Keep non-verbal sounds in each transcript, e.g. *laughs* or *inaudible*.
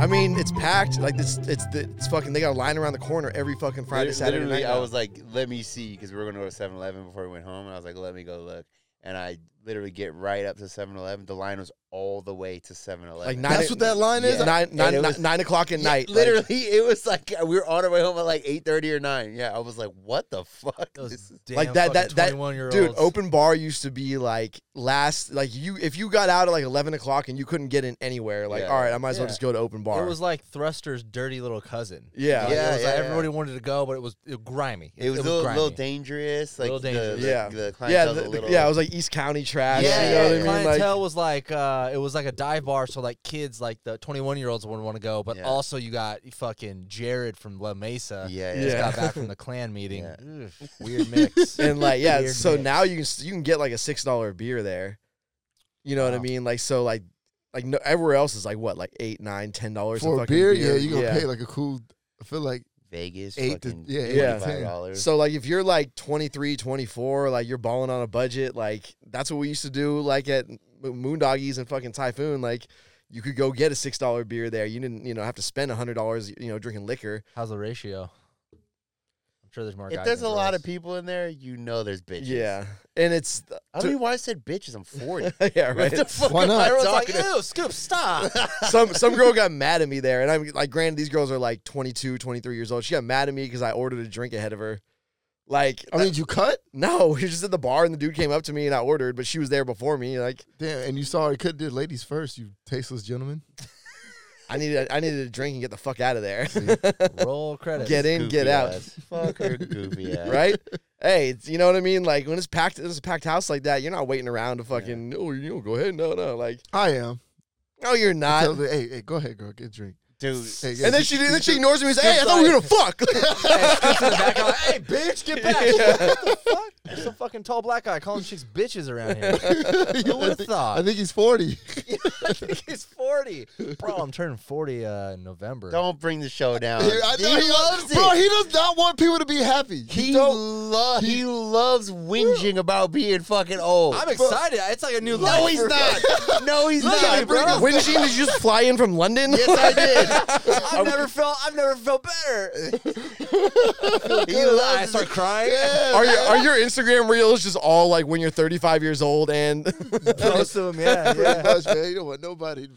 I mean, it's packed. Like this, it's the it's fucking. They got a line around the corner every fucking Friday, Lit- Saturday Literally, night. I now. was like, let me see, because we were going to go to 7 Eleven before we went home. And I was like, let me go look. And I literally get right up to 7 Eleven. The line was all the way to 7 Eleven. like nine. That's what that line is. Yeah. Nine, nine, nine, it was- nine o'clock at Yeah, night. like- Literally, *laughs* it was like uh, we were on our way home at like 8.30 or 9. Yeah, I was like, what the fuck? This Those is- damn Like that- that- that- twenty-one year olds. Dude, open bar used to be like last, like you if you got out at like eleven o'clock and you couldn't get in anywhere, like Yeah. all right, I might as well Yeah. just go to open bar. It was like Thruster's dirty little cousin. Yeah. Like, it Yeah, was yeah, like yeah. everybody wanted to go, but it was it, grimy. it was a was little, grimy. little dangerous. Like Little dangerous. The, yeah, yeah. The, yeah, clientele's the- a the- little, yeah. It was like East County trash. Yeah, you know yeah, what I yeah. mean? Like, clientele was like uh, it was like a dive bar, so like kids, like the twenty-one year olds wouldn't want to go, but Yeah. also you got fucking Jared from La *laughs* Mesa. Yeah, who just yeah. got back *laughs* from the clan meeting. Yeah. Ugh, *laughs* weird *laughs* mix. and like yeah, Weird so mix. now you can s- you can get like a six dollar beer there. You know what I Wow. mean? Like so like like no, everywhere else is like what like eight nine ten dollars for a fucking beer, yeah, you gonna pay like a cool. I feel like Vegas. Eight to- fucking yeah, eight to $25. *laughs* ten. So like if you're like 23, 24, like you're balling on a budget, like that's what we used to do like at M- Moondoggies and fucking Typhoon, like you could go get a six dollar beer there. You didn't, you know, have to spend a hundred dollars, you know, drinking liquor. How's the ratio? I'm sure there's more. if guys there's a than lot girls. of people in there, you know there's bitches. Yeah, and it's I don't even know why I said bitches. I'm 40. *laughs* yeah What the right. *laughs* fuck Why am not? I Everyone's like, talking to- "Ew, Scoop, stop!" *laughs* *laughs* some some girl got mad at me there, and I'm like, granted, these girls are like 22, 23 years old. She got mad at me because I ordered a drink ahead of her. Like, I mean, did you cut? no, *laughs* she was just at the bar, and the dude came up to me and I ordered, but she was there before me. Like, Damn, and you saw it could did ladies first. You tasteless gentleman. I needed I needed a drink and get the fuck out of there. *laughs* Roll credits. get in, get Goofy out. ass. Fuck her *laughs* goofy ass. *laughs* right? Hey, it's, you know what I mean? Like when it's packed, it's a packed house like that. You're not waiting around to fucking. Oh, you know, go ahead. No, no, like I am. no, you're I, not. Tell the, hey, hey, go ahead, girl, get a drink. Dude. Hey, yeah, And then she then she ignores me and says, "Hey, I thought we were gonna fuck." *laughs* to the back. I'm like, "Hey, bitch, get back!" What the fuck? There's some fucking tall black guy calling chicks bitches around here. *laughs* Who I, would have think, thought? I think he's forty. I think he's 40. Bro, I'm turning 40 uh, in November. Don't bring the show down. *laughs* *laughs* I know he loves Bro, it. he does not want people to be happy. He, don't. lo- he loves whinging about being fucking old. I'm excited. It's like a new life. no, he's for- not. No, he's Look at not, me, bro. bro. when did she did you just fly in from London? *laughs* Yes, *laughs* I've never felt. I've never felt better. I did. He I loves. start crying. *laughs* *laughs* Are your are your Instagram reels just all like when you're 35 years old and *laughs* Most of them, yeah, *laughs* Pretty yeah. much, man. You don't want nobody to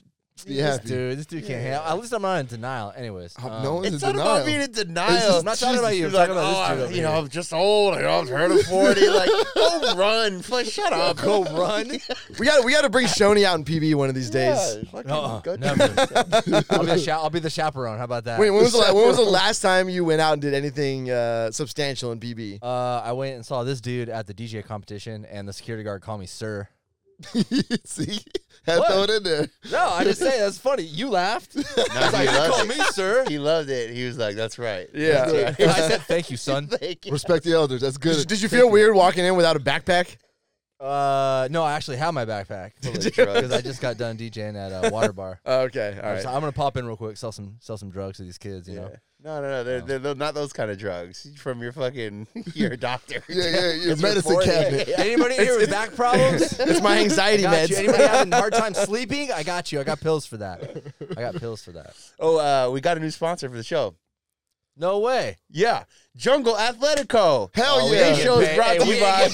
be This happy. dude, this dude can't handle. At least I'm not in denial. Anyways, Oh, I'm no *laughs* one's It's in not denial. about being in denial. It's just- I'm not talking about you. I'm He's like, talking about this oh, dude I'm- over You know, here." I'm just old. You know, I'm turning 40. Like, go run. Fuck, shut up. go run. *laughs* we got to we got to bring Shoney out in PB one of these *laughs* days. *laughs* Yeah, *laughs* fucking Uh-uh, go- *laughs* never. I'll, be the cha- I'll be the chaperone. How about that? Wait, when was the, la- when was the last time you went out and did anything uh, substantial in PB? Uh, I went and saw this dude at the DJ competition, and the security guard called me sir. *laughs* See, had What? to throw it in there. No, I just say that's funny. You laughed. No, he call loves me *laughs* it. sir. He loved it. He was like, that's right. *laughs* Yeah. I said thank you, son. Like, Respect the elders. That's good. Did, did you feel weird walking in without a backpack? Uh, no, I actually have my *laughs* backpack *laughs* because drugs. I just got done DJing at *laughs* a water bar. Uh, okay, all right. So I'm gonna pop in real quick, sell some sell some drugs to these kids. You know, No, no, no. They're, they're, they're not those kind of drugs. From your fucking *laughs* your doctor. Yeah, yeah. Your It's medicine reported. cabinet. Yeah, yeah. *laughs* anybody here with back problems? I It's my anxiety got you. meds. Anybody having a hard time sleeping? I got you. I got pills for that. I got pills for that. *laughs* Oh, uh, we got a new sponsor for the show. No way. Yeah, Jungle Athletico. Hell Uh, yeah. Today's show is brought to you by.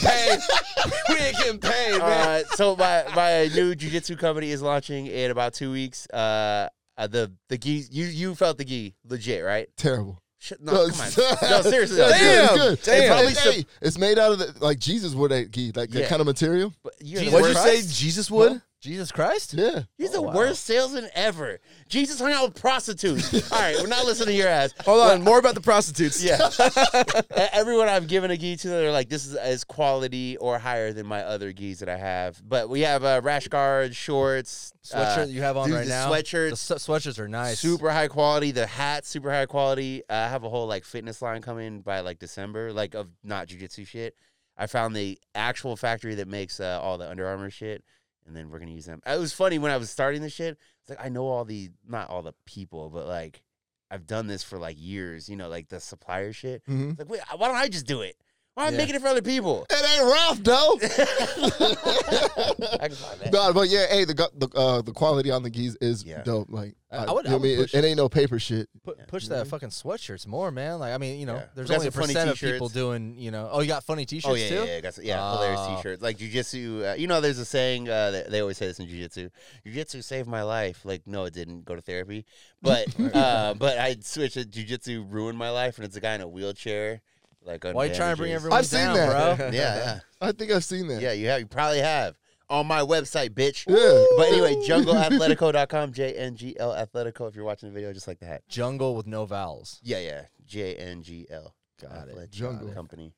we ain't getting paid, Uh, so my my new jujitsu company is launching in about two weeks. Uh, uh the the gi you you felt the gi legit right? Terrible. Shit, no, come *laughs* on. No, seriously. That's though. good, it's Damn, good. damn. It's, probably- hey, it's made out of the, like Jesus would that gi, like Yeah. that kind of material. But you're the Jesus What'd you worst- say? Jesus would? Jesus Christ. Yeah. He's the Oh, wow. worst salesman ever. Jesus hung out with prostitutes. All right, we're not listening to your ass. Hold on, more about the prostitutes. Yeah. E- Everyone I've given a gi to, they're like, this is as quality or higher than my other gis that I have. But we have uh, rash guards, shorts, Sweatshirt uh, you have on dude, right the now. sweatshirts. The s- sweatshirts are nice. Super high quality. The hat, super high quality. Uh, I have a whole like fitness line coming by like December, like of not jujitsu shit. I found the actual factory that makes uh, all the Under Armour shit, and then we're gonna use them. It was funny when I was starting this shit. It's it's like I know all the not all the people, but like I've done this for like years. You know, like the supplier shit. Mm-hmm. It's like, wait, why don't I just do it? Why am I Yeah. making it for other *laughs* people? *laughs* It ain't Ralph *laughs* though. I can find that. no, but yeah, hey, the gu- the uh, the quality on the geese is Yeah. dope. Like I- I would- you know I would what mean? push It, it ain't no paper shit. Pu- Push that fucking sweatshirts more, man. Like I mean, you know, Mm-hmm. Yeah. there's We got only a some funny percent of people t-shirts. doing. You know, oh, you got funny t-shirts Oh yeah, too. yeah, yeah, got s- yeah, hilarious Ah. t-shirts. Like jujitsu, uh, you know, there's a saying uh, that they always say this in jujitsu. Jujitsu saved my life. Like, no, it didn't. Go to therapy, *laughs* but uh, but I switched it. Jujitsu ruined my life, and it's a guy in a wheelchair. Like, on Why you trying to bring bandages. everyone I've seen down, *laughs* that. bro? *laughs* Yeah, I think I've seen yeah, that. *laughs* yeah. You have, you probably have on my website, bitch. Yeah. But anyway, jungleathletico.com, J N G L Athletico. If you're watching the video, just like the hat. Jungle with no vowels. Yeah, yeah. J N G L. Got it. Athletico Jungle. company.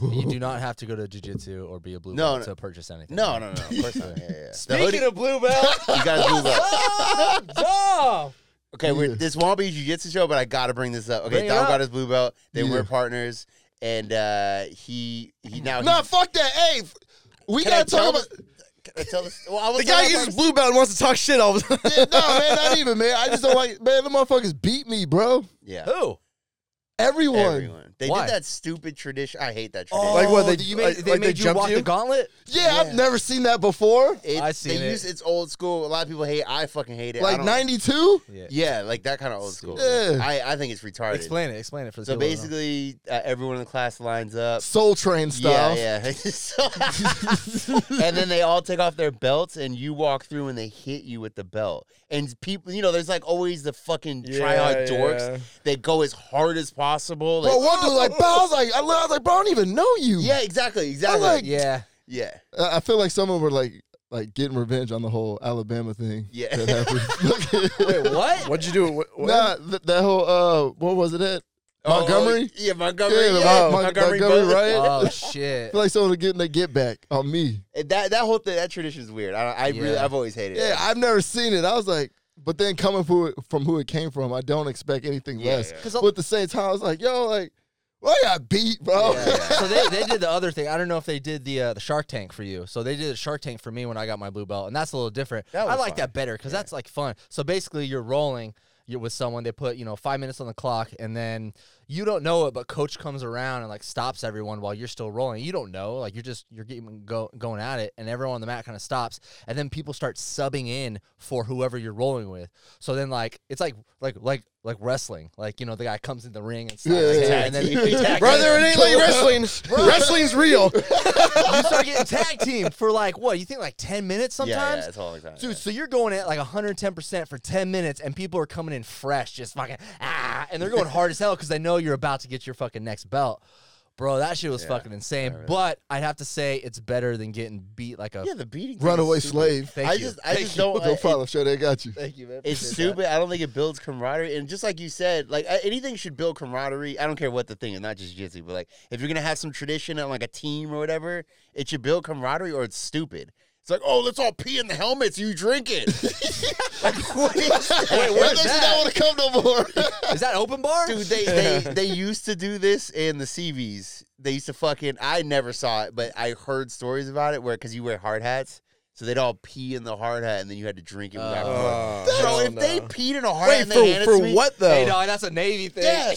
You do not have to go to jujitsu or be a blue No, belt no. to purchase anything. *laughs* No, no, no. Of course not. Yeah, yeah, yeah. The hoodie- Speaking of blue belt, *laughs* you guys move up. *laughs* Dom! Okay, we're, Yeah. this won't be a jiu-jitsu show, but I gotta bring this up. Okay, Bring it Dom up. got his blue belt. They Yeah. were partners, and uh, he he now. Nah, he, fuck that. Hey, f- we Can I gotta talk tell about. can I tell this? Well, I was The guy telling gets his Marcus- blue belt and wants to talk shit all of a sudden. Yeah, no, man, not even, man. I just don't like, man. The motherfuckers beat me, bro. *laughs* Yeah, Who? Everyone. everyone. They Why? did that stupid tradition. I hate that tradition. Oh, Like what, they- you made, like- they like they made you jumped walk you? the gauntlet? Yeah, Yeah. I've never seen that before. It- I seen they it. use it's old school. A lot of people hate. I fucking hate it. I Like don't- '92. Yeah. *laughs* Yeah, like that kind of old school. Yeah. I I think it's retarded. Explain it. Explain it for the so people that don't know. basically, uh, everyone in the class lines up. Soul Train style. Uh, Yeah, yeah. So- *laughs* and then they all take off their belts, and you walk through, and they hit you with the belt. And people, you know, there's like always the fucking try Yeah, tryhard yeah. dorks that go as hard as possible. Bro, like- one dude like, bro, I was like, I li- I was like, bro, I don't even know you. yeah, exactly, exactly. like- Yeah. *laughs* yeah, I I feel like someone were like, like getting revenge on the whole Alabama thing. Yeah. That *laughs* happened. What? What'd you do? What, what? *laughs* Nah, th- that whole uh, what was it at Montgomery? Oh, yeah, Montgomery. Yeah, the Yeah, Mon- Mon- Montgomery. Montgomery Bone- riot. Oh, I shit. feel like someone was getting their get back on me. That that whole thing, that tradition is weird. I, I really, Yeah. I've always hated Yeah, it. I've never seen it. I was like, but then coming from it, from who it came from, I don't expect anything Yeah, less. yeah. 'Cause a- But at the same time, I was like, yo, like, well, I got beat, bro. *laughs* Yeah. *laughs* so they, they did the other thing. I don't know if they did the uh, the Shark Tank for you. So they did the Shark Tank for me when I got my blue belt, and that's a little different. That I was like fun. that better because that's like fun. So basically, you're rolling you're with someone. They put you know five minutes on the clock, and then you don't know it, but coach comes around and like stops everyone while you're still rolling. You don't know, like you're just you're getting go, going at it, and everyone on the mat kind of stops, and then people start subbing in for whoever you're rolling with. So then like it's like like like like wrestling, like you know the guy comes in the ring and stops Yeah, yeah, *laughs* yeah. and *laughs* then you tag Brother, it ain't like wrestling. Wrestling's real. you start getting tag team for like what you think like 10 minutes Yeah, yeah, sometimes it's all the time. dude so you're going at like 110% for 10 minutes and people are coming in fresh just fucking ah and they're going hard as hell because they know you're about to get your fucking next belt bro that shit was fucking insane but i'd have to say it's better than getting beat like a yeah, the beating. thing is Runaway stupid. slave. thank I you just, I Thank just you. *laughs* don't. I- No problem, sure they got you. thank you man It's stupid. I don't think it builds camaraderie. And just like you said, like uh, anything should build camaraderie. I don't care what the thing is, not just jiu-jitsu, but like if you're gonna have some tradition on like a team or whatever, it should build camaraderie or it's stupid. It's like, oh, let's all pee in the helmets. You drink *laughs* it. like, what is that? I where's actually that? don't want to come no more. *laughs* is that open bar Dude, they, they they used to do this in the CVs. They used to fucking. I never saw it, but I heard stories about it where because you wear hard hats, so they'd all pee in the hard hat, and then you had to drink it. with alcohol. Oh, Bro, if they peed in a hard hat, Wait and they for handed it for to me, what though? hey dog that's a navy thing Yeah.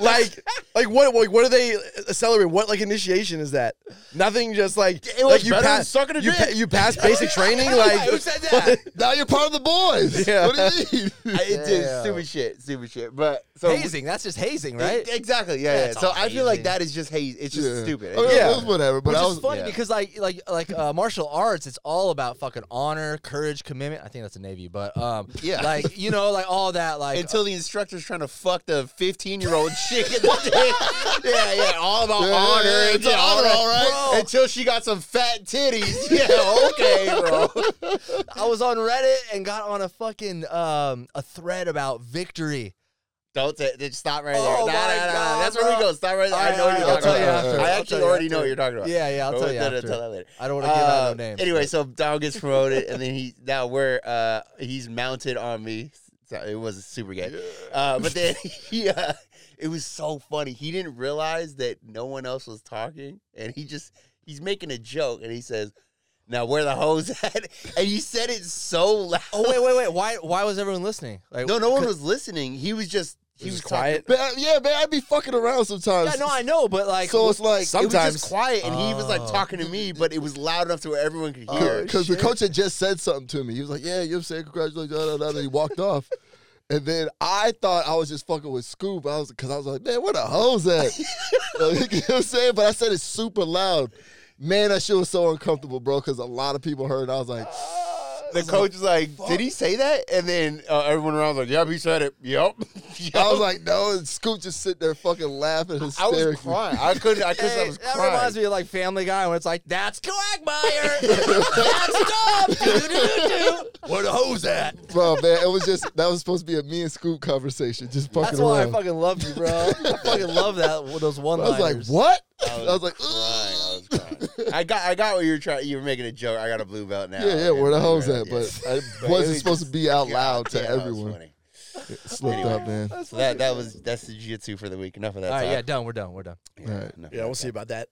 *laughs* like like what like what do they uh, celebrate? What like initiation is that? Nothing, just like It was like you better than pass sucking a you, pa- dick. you pass basic training like who said *laughs* that now you're part of the boys. Yeah. What do you *laughs* mean? *laughs* I, it did Damn. stupid shit, stupid shit. But so hazing that's just hazing right E- exactly, yeah, yeah. it's So all I feel like hazing. that is just haze. It's just Yeah. stupid. Okay, Oh, Yeah. it was whatever. But Which I is was funny yeah. because like like like uh, martial arts, it's all about fucking honor, courage, commitment. I think that's a navy, but um, Yeah. like you know, like all that, like uh, Until the instructor's trying to fuck the fifteen-year-old *laughs* chick in *laughs* the dick. Yeah, yeah. All about Yeah, yeah, honor. yeah, and it's yeah, honor, all right. Bro. Until she got some fat titties. *laughs* Yeah, okay, bro. I was on Reddit and got on a fucking um a thread about victory. Don't say. just Stop right there. Nah, Oh my nah, nah, God, That's where we bro. go. Stop right there. All I right, know what all you're right, talking I'll tell you about. after. I I'll actually tell you already after. know what you're talking about. Yeah, yeah, I'll But tell we'll- you no, no, after. Tell that later. I don't want to give out Um, no names. Anyway, but- so Dom gets promoted, and then he now we're uh, he's mounted on me. So it was super gay, uh, but then *laughs* he uh, it was so funny. He didn't realize that no one else was talking, and he just he's making a joke, and he says. Now where the hoes *laughs* at? And you said it so loud. Oh wait, wait, wait. Why why was everyone listening? Like No, no one was listening. He was just he He was was talking- quiet. But, uh, yeah, man, I'd be fucking around sometimes. Yeah, no, *laughs* I know, but like so it's like It was Sometimes. just quiet, and he was like Oh. talking to me, but it was loud enough to where everyone could hear. because the shit. coach had just said something to me. He was like, "Yeah, you know what I'm saying congratulations," da, da, da, and he walked off. And then I thought I was just fucking with Scoop. I was because I was like, "Man, where the hoes *laughs* at?" Like, *laughs* you know what I'm saying? But I said it super loud. Man, that shit was so uncomfortable, bro. Because a lot of people heard. I was like, the coach was like, "Did he say that?" And then uh, everyone around was like, "Yep, he said it. *laughs* Yep." I was like, "No." And Scoop just sit there fucking laughing I was hysterically. crying. I couldn't. I couldn't. I *laughs* was that crying. reminds me of like Family Guy when it's like, *laughs* that's Quagmire, that's Dom, doo-doo-doo-doo. where the hoes at? bro, man, it was just that was supposed to be a me and Scoop conversation, just fucking That's why I around. fucking love you, bro. I fucking love that those one I was liners. like, "What?" *laughs* I was, I was like, crying. I was crying. I got. I got what you were trying. You were making a joke. I got a blue belt now. Yeah, yeah, where the hoes at? Yeah. But I But it wasn't was supposed to be out loud to Yeah, that was everyone. funny. It slipped Anyway. up, man. That's So that that was that's the jiu-jitsu for the week. Enough of that. All right, yeah, talk. done. We're done. *laughs* We're done. All right. enough Yeah, of we'll that see about that.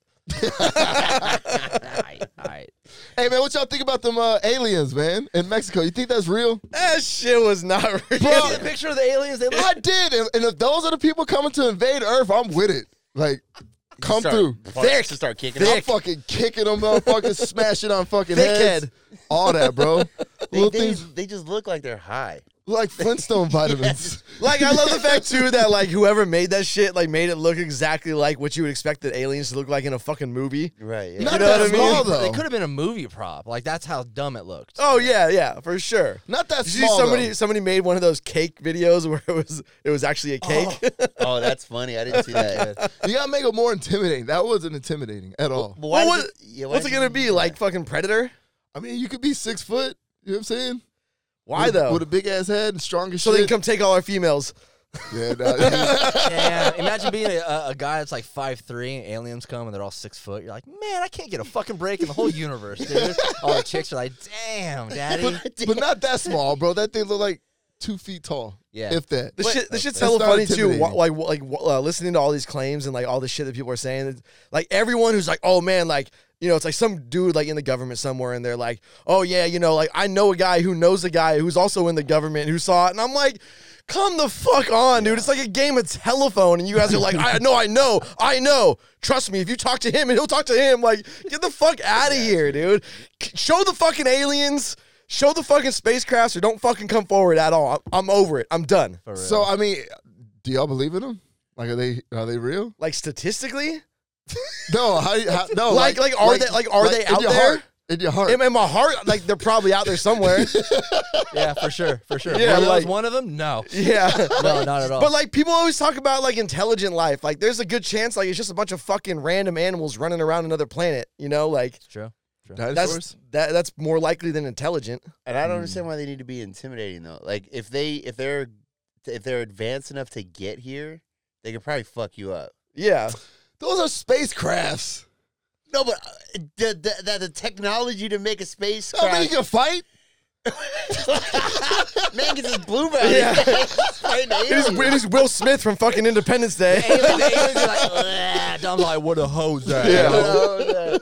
all right, all right. Hey, man, what y'all think about them uh, aliens, man, in Mexico? You think *laughs* that's real? That shit was not real. You see the picture of the aliens? They look *laughs* I did, and, and if those are the people coming to invade Earth, I'm with it. Like, come start, through. Thick. To start kicking. I'm Thick. fucking kicking *laughs* them, motherfuckers, smashing on fucking heads, Thickhead. all *laughs* that, They, bro. Little they, things they just look like they're high. like Flintstone vitamins. Like I love the fact too that like whoever made that shit like made it look exactly like what you would expect the aliens to look like in a fucking movie. Right. Yeah. *laughs* Not You know what that I mean? small though. They could have been a movie prop. Like that's how dumb *laughs* it looked. Oh yeah, yeah, for sure. Not that Did you see small. somebody though. somebody made one of those cake videos *laughs* where it was it was actually a cake? oh, that's funny. I didn't see that. But You gotta make it more intimidating. That wasn't intimidating at all. why What does was- yeah, why What's it does gonna be? Like fucking Predator? I mean, you could be six foot. You know what I'm saying? Why with, a- though? With a big ass head and strong as so they shit. can come take all our females. *laughs* yeah, *laughs* nah, Damn. Imagine being a- a, a guy that's like five three, and aliens come and they're all six foot. You're like, man, I can't get a fucking break in the whole universe, dude. all the chicks are like, *laughs* damn, daddy. but not that small, bro. That thing look like two feet tall. Yeah. if that. This shit, this shit's That's hella not funny too. intimidating. Wh- Like, wh- like wh- uh, listening to all these claims and like all this shit that people are saying. It's- Like everyone who's like, oh man, like you know, it's like some dude like in the government somewhere, and they're like, oh yeah, you know, like I know a guy who knows a guy who's also in the government who saw it, and I'm like. Come the fuck on, dude. It's like a game of telephone, and you guys are like, I know, I know, I know. Trust me, if you talk to him and he'll talk to him, like, get the fuck out of here, dude. C- show the fucking aliens, show the fucking spacecrafts, or don't fucking come forward at all. I'm, I'm over it. I'm done. For real. So I mean, do y'all believe in them? Like, are they are they real? *laughs* like statistically No, how, how no? Like- Oh, like, are they- like, are they in out your there? Heart, in your heart, in, in my heart like they're probably out there somewhere yeah, for sure, for sure. Yeah, Were those like- one of them? No, *laughs* yeah no, not at *laughs* all. but like people always talk about like intelligent life like there's a good chance like it's just a bunch of fucking random animals running around another planet you know like it's true. that's *laughs* dinosaurs. that, that's more likely than intelligent And I don't understand why they need to be intimidating though. Like if they if they're if they're advanced enough to get here, they could probably fuck you up. yeah Those are spacecrafts. No, but uh, the the, the, the technology to make a space How many craft, can fight? man gets his blue *laughs* belt. Yeah. Fighting it is, aliens. it is will smith from fucking independence day Alien, aliens *laughs* are like, "Ugh," Dom's like, what a hose at? Yeah.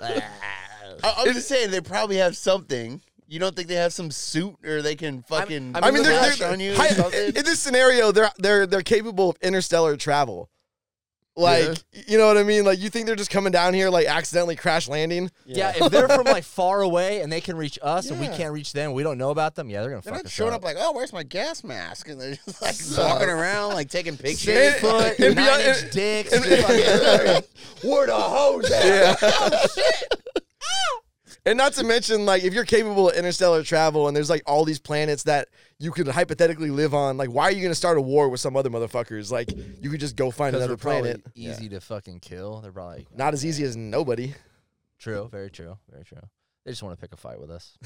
I, I'm just saying they probably have something. You don't think they have some suit or they can fucking I *laughs* I mean, they're, flash they're, on you or hi- something? in this scenario, they're they're they're capable of interstellar travel. Like, you know what I mean? Like, you think they're just coming down here, like accidentally crash landing? Yeah, if they're from like far away and they can reach us and we can't reach them, we don't know about them. Yeah, they're gonna They're fuck not us showing up. up like, oh, where's my gas mask? And they're just like *laughs* walking around, like *laughs* taking pictures. Six *laughs* Foot, And nine beyond- inch and- dicks. fucking- *laughs* Where the hose at? *laughs* And not to mention, like, if you're capable of interstellar travel and there's like all these planets that you could hypothetically live on, like, why are you gonna start a war with some other motherfuckers? Like, you could just go find Because another they're probably planet. easy to fucking kill. They're probably Not as easy as nobody. true. Very true. Very true. They just want to pick a fight with us.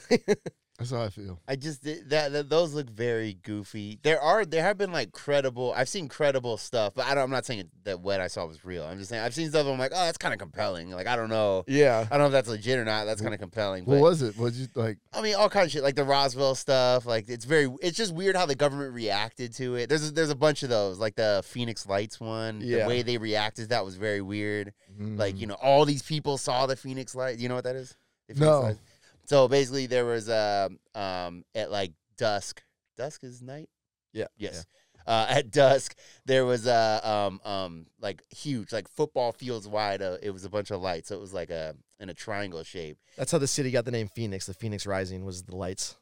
That's how I feel. I just did- that, that those look very goofy. There are there have been like credible. I've seen credible stuff, but I don't, I'm not saying that what I saw was real. I'm just saying I've seen stuff. I'm like, oh, that's kind of compelling. Like I don't know, Yeah. I don't know if that's legit or not. That's kind of compelling. What But was it? Was you like? I mean, all kinds of shit like the Roswell stuff. Like it's very, it's just weird how the government reacted to it. There's a, there's a bunch of those, like the Phoenix Lights one. The Yeah. way they reacted to that was very weird. Like mm, you know, all these people saw the Phoenix Light. You know what that is? The Phoenix No. Lights. So basically, there was um um at like dusk. Dusk is night. Yeah. Yes. Uh, at dusk, there was a um um like huge like football fields wide. Uh, it was a bunch of lights, so it was like a in a triangle shape. That's how the city got the name Phoenix. The Phoenix Rising was the lights.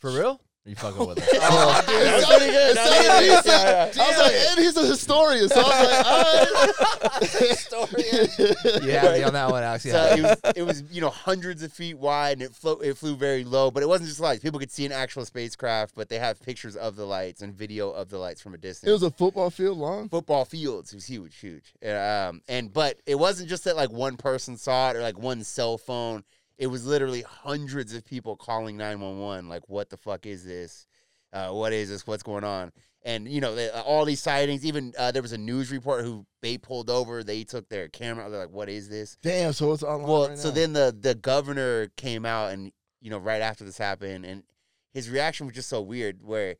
For real? Are you fucking with us? *laughs* Oh, dude, that was pretty good. It That sounded- was it good. *laughs* Yeah, yeah. sounded- I was like, and he's a historian, so I was like, all right. *laughs* You had me on that one, Alex. Yeah. So it was, it was, you know, hundreds of feet wide, and it flew, it flew very low. But it wasn't just lights; people could see an actual spacecraft. But they have pictures of the lights and video of the lights from a distance. It was a football field long. football fields. It was huge, huge. And, um, and but it wasn't just that like one person saw it or like one cell phone. It was literally hundreds of people calling nine one one. Like, what the fuck is this? Uh, what is this? What's going on? And you know, they, all these sightings. Even uh, there was a news report who they pulled over. They took their camera. They're like, what is this? Damn, so it's online. Well, right so now. then the the governor came out and you know right after this happened, and his reaction was just so weird. Where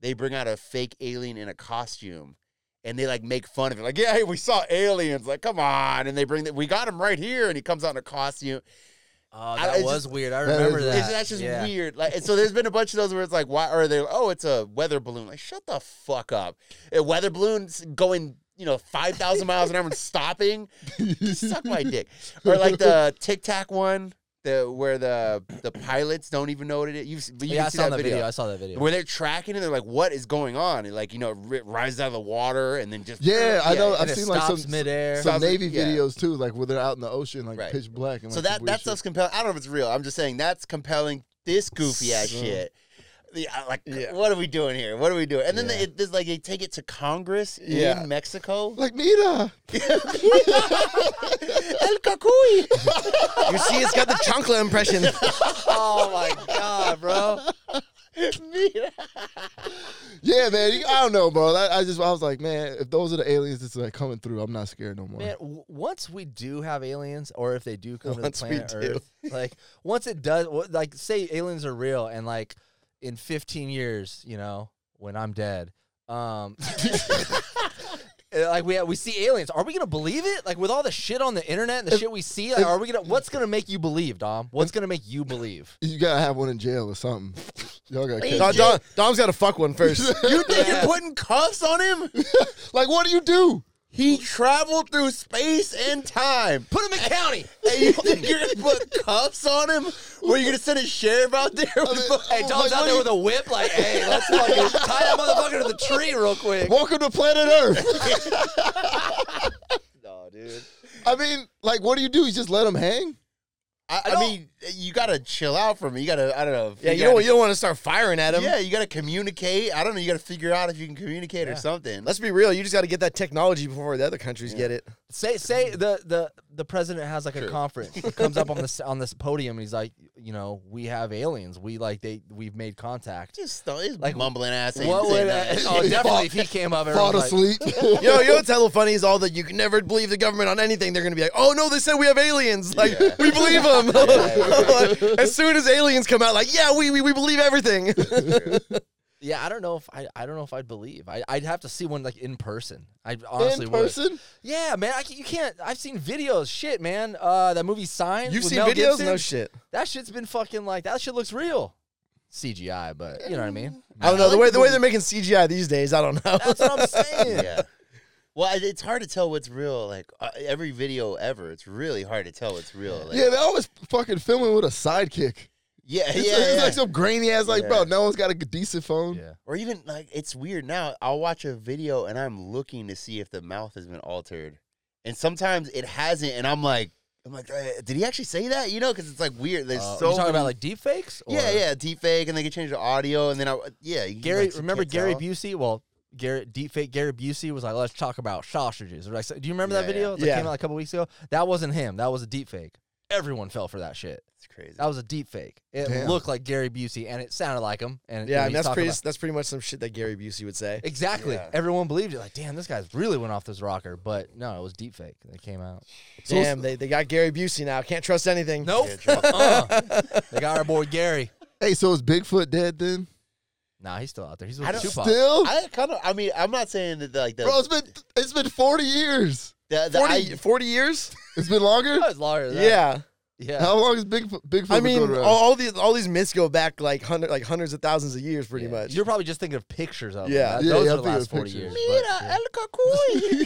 they bring out a fake alien in a costume, and they like make fun of it, like, "Yeah, hey, we saw aliens." Like, come on! And they bring that we got him right here, and he comes out in a costume. Oh, I- that it's was weird. I that remember is- that. It's- that's just Yeah. weird. Like, and so there's been a bunch of those where it's like, why are they? Oh, it's a weather balloon. Like, shut the fuck up. A weather balloon's going, you know, five thousand miles an hour and stopping. Suck my dick. Or like *laughs* the Tic Tac one, the where the the pilots don't even know what it is. You've, you yeah, I see saw that, that video. video. I saw that video. Where they're tracking it, they're like, "What is going on?" And like, you know, it ri- rises out of the water and then just yeah, I know. *laughs* I've and it seen like stops some midair. some Stops- Navy yeah. videos too, like where they're out in the ocean, like Right. pitch black. And, So like, that some that weird stuff's compelling. I don't know if it's real. I'm just saying that's compelling. This goofy ass So- shit. The- I- like, what are we doing here? What are we doing? And then Yeah. they, it, this, like they take it to Congress Yeah. in Mexico. *laughs* shit. like Nita. El Cacuy. You see, it's got the chancla impression. oh my god, bro! Yeah, man. you- I don't know, bro. That, I just I was like, man, if those are the aliens that's like coming through, I'm not scared no more. *laughs* Man, w- once we do have aliens, or if they do come Once to we the planet do. Earth, like once it does, wh- like say aliens are real, and like in 15 years, you know, when I'm dead, um, *laughs* eh, like we we see aliens, are we gonna believe it? Like with all the shit on the internet and the shit we see, like, are we gonna? What's gonna make you believe, Dom? What's gonna make you *laughs* believe? You gotta have one in jail or something. Y'all gotta Dom, catch him. Dom, Dom's got to fuck one *laughs* first. You think Yeah. you're putting cuffs on him? Like, what do you do? He traveled through space and *laughs* time. Put him in county. *laughs* And you think *laughs* you're gonna put cuffs on him? Were you gonna send a sheriff out there? with mean, Hey, Dom's out Like, what there do with a whip, like, hey, let's fucking tie that motherfucker to the tree real quick. *laughs* Welcome to planet Earth. no, dude. I mean, like, what do you do? You just let them hang? I, I don't- mean, you gotta chill out from it. You gotta, I don't know. *laughs* yeah, you gotta- don't, you don't want to start firing at him. Yeah, you got to communicate. I don't know. You got to figure out if you can communicate or something. Let's be real. You just got to get that technology before the other countries get it. Say say the the the president has like a conference. He comes up on this on this podium and he's like, you know, we have aliens. We like they we've made contact. just th- it's Like, mumbling ass. ain't What saying would nothing. *laughs* *laughs* oh definitely if he came up Fall everyone's like, asleep. *laughs* You know, you know what's hella funny is all that you can never believe the government on anything. They're gonna be like, "Oh no, they said we have aliens. Like Yeah. we believe them." *laughs* as soon as aliens come out, like, "Yeah, we we, we believe everything." yeah, I don't know if I I don't know if I'd believe. I I'd have to see one like in person. I honestly in would. person? Yeah, man, I, can- you can't. I've seen videos, shit, man. Uh, that movie Signs. You've with seen Mel videos? Gibson, No shit. That shit's been fucking like that. Shit looks real. CGI, but you know what I mean. I don't know the way the way they're making CGI these days. I don't *laughs* know. That's what I'm saying. yeah. Well, it- it's hard to tell what's real. Like uh, every video ever, it's really hard to tell what's real. Like, Yeah, they always fucking filming with a sidekick. yeah, yeah. It's, it's yeah. like some grainy ass, like, Yeah. bro, no one's got a g- decent phone. yeah. or even like it's weird now. I'll watch a video and I'm looking to see if the mouth has been altered, and sometimes it hasn't, and I'm like, I'm like, uh, did he actually say that? You know, because it's like weird. There's Uh, so you talking many- about like deep fakes? yeah, yeah, deep fake, and they can change the audio, and then I yeah, you, Gary, like, you remember can't Gary tell. Busey? Well, Gary deep fake Gary Busey was like, let's talk about sausages. Or like, do you remember that Yeah, yeah. video that Yeah. came out a couple weeks ago? That wasn't him. That was a deep fake. Everyone fell for that shit. It's crazy. That was a deep fake. It Damn. looked like Gary Busey, and it sounded like him. And Yeah, and and he's that's talking pretty about- that's pretty much some shit that Gary Busey would *laughs* say. exactly. Yeah. Everyone believed it. Like, damn, this guy's really went off this rocker. But no, it was deep fake. It came out. Damn, they, they got Gary Busey now. Can't trust anything. Nope. *laughs* Uh-uh. they got our boy Gary. Hey, so is Bigfoot dead then? Nah, he's still out there. He's I with don't- Tupac. Still? I kind of. I mean, I'm not saying that like the bro, it's been it's been 40 years. the, the 40, I, 40 years? It's been longer? That was longer than that. Yeah. Oh, Yeah. How long is Big Bigfoot I been going mean, oh, all, around? all these all these myths go back like hundred like hundreds of thousands of years, pretty Yeah. much. You're probably just thinking of pictures of Yeah. yeah. Yeah, Those yeah, are I'm the thinking last of 40 years. pictures. uh, but, yeah.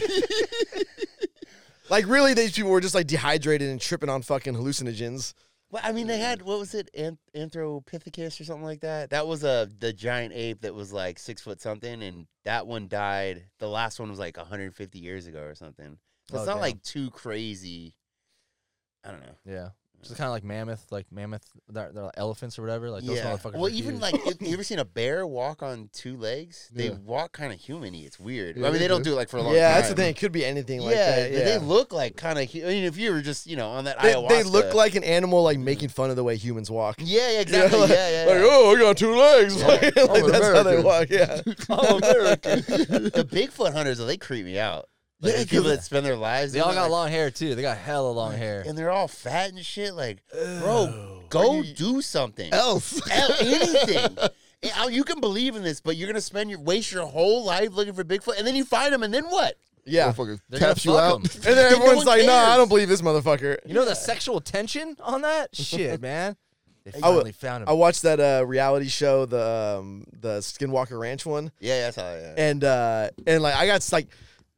like really, these people were just like dehydrated and tripping on fucking hallucinogens. *laughs* Well, I mean, they had what was it, Anth- Anthropithecus or something like that. That was uh, the giant ape that was like six foot something, and that one died. The last one was like 150 years ago or something. So Oh, it's not damn. like too crazy. I don't know. Yeah. Just kind of like mammoth, like mammoth, they're, they're like elephants or whatever. Like those motherfuckers. Well, are even huge. like *laughs* if- you ever seen a bear walk on two legs? They Yeah. walk kind of humany. It's weird. Yeah, I mean, they they don't do. do it like for a Yeah, long time. that's the thing. It could be anything like yeah, that. but Yeah, they look like kind of. I mean, if you were just you know on that They- ayahuasca, they look like an animal like making fun of the way humans walk. *laughs* Yeah, yeah, exactly. Yeah, like- yeah. yeah, Like, oh, I got two legs. *laughs* Yeah. Like, I'm like, an that's how they American. walk. *laughs* Yeah. oh, America. the Bigfoot hunters, though, they creep me out. Like, Yeah, the people dude. that spend their lives, They in all it, got like- long hair too. They got hella long hair. and they're all fat and shit. Like, bro, go do something. *laughs* else. *laughs* Hell, anything. Yeah, You can believe in this, but you're gonna spend your waste your whole life looking for Bigfoot, and then you find him, and then what? Yeah. Motherfucker They're gonna taps you fuck out. *laughs* 'em. And *laughs* then No one everyone's like, nah, I cares. don't believe this motherfucker. You know the sexual tension *laughs* on that shit, man. They I would- finally found him. I watched that uh, reality show, the um, the Skinwalker Ranch one, Yeah, that's how. Yeah. and uh, and like I got s- like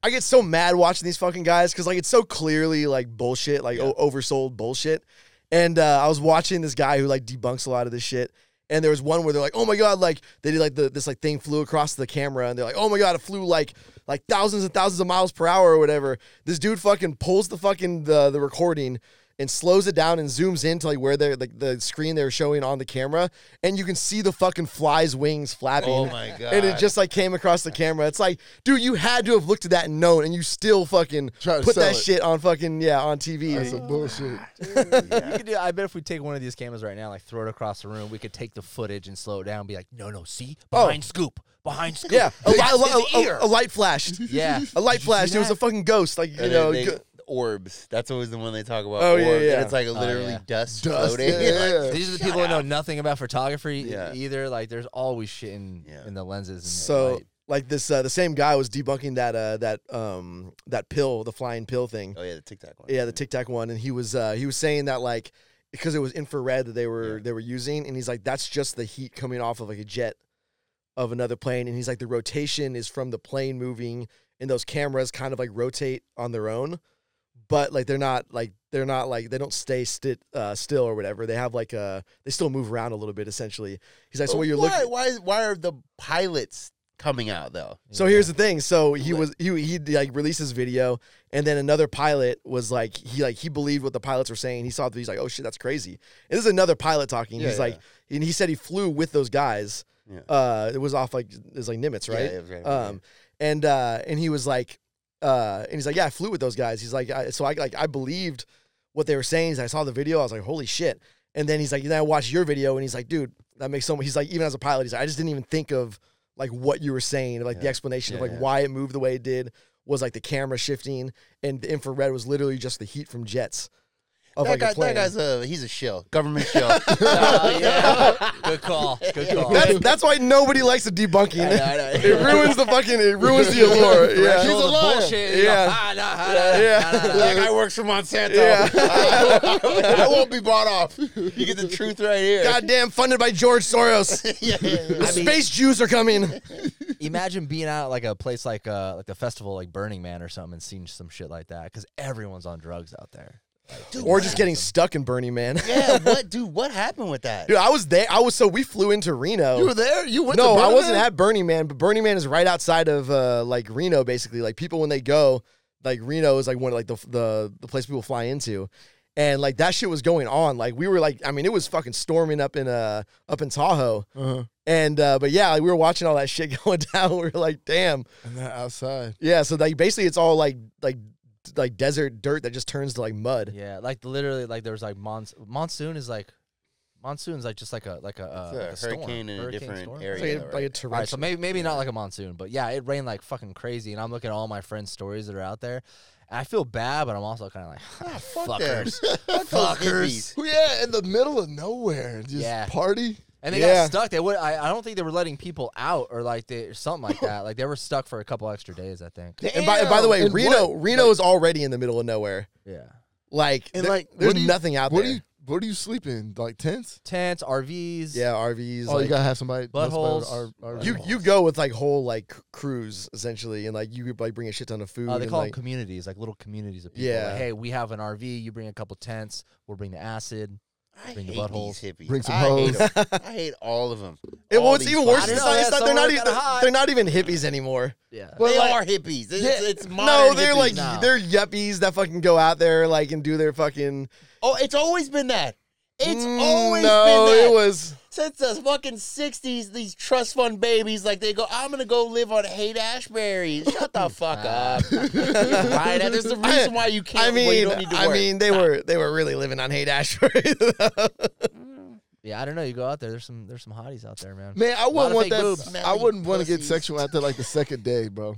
I get so mad watching these fucking guys because like it's so clearly like bullshit, like o- oversold bullshit. And uh, I was watching this guy who like debunks a lot of this shit. And there was one where they're like, "Oh my god!" Like they did like the, this like thing flew across the camera, and they're like, "Oh my god!" It flew like like thousands and thousands of miles per hour or whatever. This dude fucking pulls the fucking the the recording and slows it down and zooms in to like where they're like the screen they're showing on the camera, and you can see the fucking fly's wings flapping. Oh my *laughs* god. And it just like came across the camera. It's like, dude, you had to have looked at that and known, and you still fucking Try to put sell that it. shit on fucking yeah on TV. That's some bullshit. You could do, I bet if we take one of these cameras right now, like throw it across the room, we could take the footage and slow it down. And be like, no, no, see behind scoop, behind scoop. *laughs* Oh. yeah, a, li- That's a li- his a- ear. a light flashed. yeah. *laughs* A light see flashed. It was that? a fucking ghost. Like you And know, they- go- they- orbs. That's always the one they talk about. Oh, orbs. yeah, yeah. And it's like literally yeah. dust, Dust, floating. *laughs* yeah, Like, yeah. These are the people who know nothing about photography e- Yeah. either. Like, there's always shit in, Yeah. in the lenses. And so light. like this uh, the same guy was debunking that uh, that um that pill, the flying pill thing. Oh yeah, the Tic Tac one. Yeah, the Tic Tac one, and he was uh, he was saying that like because it was infrared that they were Yeah. they were using, and he's like that's just the heat coming off of like a jet of another plane, and he's like the rotation is from the plane moving, and those cameras kind of like rotate on their own, but like they're not like they're not like they don't stay sti- uh, still or whatever. They have like uh they still move around a little bit essentially. He's like so what you're Oh, why, looking Why? is- Why are the pilots coming out though? so here's the thing. So he was he he like released his video, and then another pilot was like he like he believed what the pilots were saying. He saw that he's like, oh shit, that's crazy. And this is another pilot talking. Yeah, he's like, and he said he flew with those guys. Yeah. Uh, it was off like it was like Nimitz, right? Yeah, yeah, right, Um, and uh, and he was like, uh, and he's like, yeah, I flew with those guys. He's like, I, so I like I believed what they were saying. He's like, I saw the video. I was like, holy shit. And then he's like, then I watched your video, and he's like, dude, that makes so much. He's like, even as a pilot, he's like, I just didn't even think of like what you were saying, like the Yeah. explanation of Yeah, like yeah. why it moved the way it did was like the camera shifting, and the infrared was literally just the heat from jets. Of that, like guy, a plane. that guy's a he's a shill, government shill. Ah, yeah. good *laughs* call. Good *laughs* *laughs* call. that's, that's why nobody likes the debunking. know. it ruins the fucking. It ruins *laughs* the allure. Yeah. Threshold He's a of liar. bullshit. You go, Yeah. "Ah, nah, ah, nah, Yeah. nah, nah, nah." that guy works for Monsanto. Yeah. *laughs* I won't be bought *laughs* off. You get the truth right here. Goddamn, funded by George Soros. *laughs* Yeah, yeah, yeah. The space Jews are coming. *laughs* imagine being out at like a place like uh like a festival like Burning Man or something and seeing some shit like that because everyone's on drugs out there. or just getting stuck in Burning Man. *laughs* Yeah, what, dude? What happened with that? Dude, I was there. I was so we flew into Reno. You were there? You went no, to I Burning wasn't Man? at Burning Man, but Burning Man is right outside of uh, like Reno, basically. Like people when they go, like Reno is like one of like the the the place people fly into, and like that shit was going on. Like we were like, I mean, it was fucking storming up in uh up in Tahoe, Uh-huh. and uh, but yeah, like, we were watching all that shit *laughs* going down. We were like, damn, And then outside. yeah. So like basically, it's all like like like desert dirt that just turns to like mud. Yeah, like literally, like there was like mons- monsoon is like monsoon's like just like a like a, uh, It's a like a storm, hurricane in a different It's like, area. a, like a Yeah, All right, so torrential. maybe maybe not like a monsoon, but yeah, it rained like fucking crazy, and I'm looking at all my friends' stories that are out there. And I feel bad, but I'm also kind of like, "Ah, *laughs* fuck them. fuckers, Fuck those hippies. fuckers. Yeah, in the middle of nowhere. Just Yeah. party. And they Yeah. got stuck. They would. I, I don't think they were letting people out or like they or something like that. Like they were stuck for a couple extra days. I think. and by, by the way, Damn. In Reno what? Reno is already in the middle of nowhere. Yeah. Like, And, there- like, what there's do you- nothing out What there. do you What do you sleep in? Like tents? Tents, RVs. yeah, RVs. Oh, like, you gotta have somebody. know somebody with Buttholes. R- R- you you go with like whole like c- crews essentially, and like you could like bring a shit ton of food. Uh, they and, call like, them communities, like little communities of people. Yeah. Like, hey, we have an RV. You bring a couple tents. We'll bring the acid. I Bring the hate buttholes. these hippies. Bring some I hate hoes. 'em. I hate all of them. It, well, it's even worse. I It's know, not, it's yeah, not, they're not someone even gotta hide. they're not even hippies anymore. Yeah. But they like- are hippies. It's, Yeah. it's modern. No, they're hippies like now. they're yuppies that fucking go out there like and do their fucking. Oh, it's always been that. It's Mm, always no, been that. it was. Since the fucking sixties, these trust fund babies, like they go, I'm gonna go live on hate Ashbury. Shut the fuck up. *laughs* right? There's a reason why you can't I well, you mean, don't need to I work. mean, they were they were really living on hate *laughs* Ashbury. Yeah, I don't know. You go out there. There's some there's some hotties out there, man. *laughs* Man, I wouldn't of want fake that. boobs. I wouldn't want to get Pussies. sexual after like the second day, bro.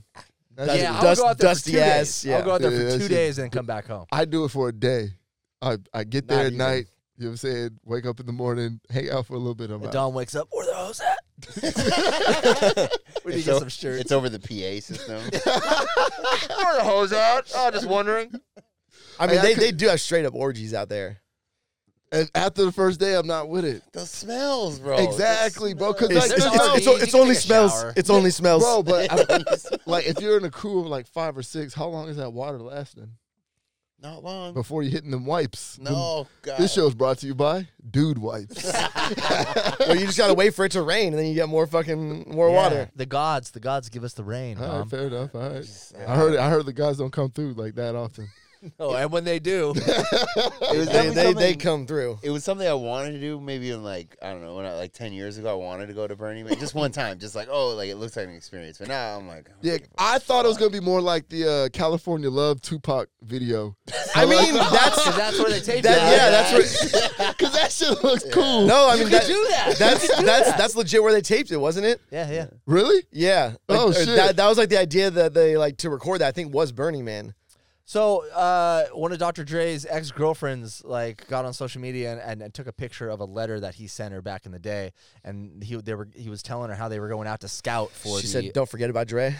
That's- yeah, *laughs* dust- I'll go out there dusty for two ass, days. yeah. I'll go out there Yeah, for that *laughs* two shit- days and then come back home. I do it for a day. I I get there Not at even. night. You know what I'm saying? Wake up in the morning, hang out for a little bit. I'm And out. Don wakes up. Where the hoes at? We need to it's, get o- some shirts. it's over the PA system. Where the hoes at? I'm just wondering. I mean, I they, could- they do have straight up orgies out there. And after the first day, I'm not with it. *laughs* the smells, bro. exactly, bro. Because It's, like, There's it's, there's *laughs* no- it's, RVs, it's, you can only take a smells. shower. It's only smells. *laughs* bro. But I- It's *laughs* like, if you're in a crew of like five or six, how long is that water lasting not long. before you hitting them wipes? No, God. Oh, This show is brought to you by Dude Wipes. well, you just gotta wait for it to rain, and then you get more fucking more water. The gods, the gods give us the rain. All Dom. right, fair enough. All right, I heard. It, I heard the guys don't come through like that often. Oh, and when they do, It was They, definitely they, they something- come through. it was something I wanted to do maybe in like I don't know when I like ten years ago I wanted to go to Burning Man just one time just like oh like it looks like an experience but now I'm like Yeah, I thought it was gonna be more like the uh, California Love Tupac video. I mean, *laughs* that's 'Cause that's where they *laughs* take that, you. yeah, that's what. *laughs* Cause that shit looks cool. No, I mean, could that, do that. You That's that's that's legit where they taped it, wasn't it? yeah, yeah. Really? Yeah. Like, Oh, or shit. That, that was like the idea that they like to record that. I think was Burning Man. So uh, one of Dr. Dre's ex girlfriends like got on social media and, and, and took a picture of a letter that he sent her back in the day, and he they were he was telling her how they were going out to scout for. She the, said, "Don't forget about Dre."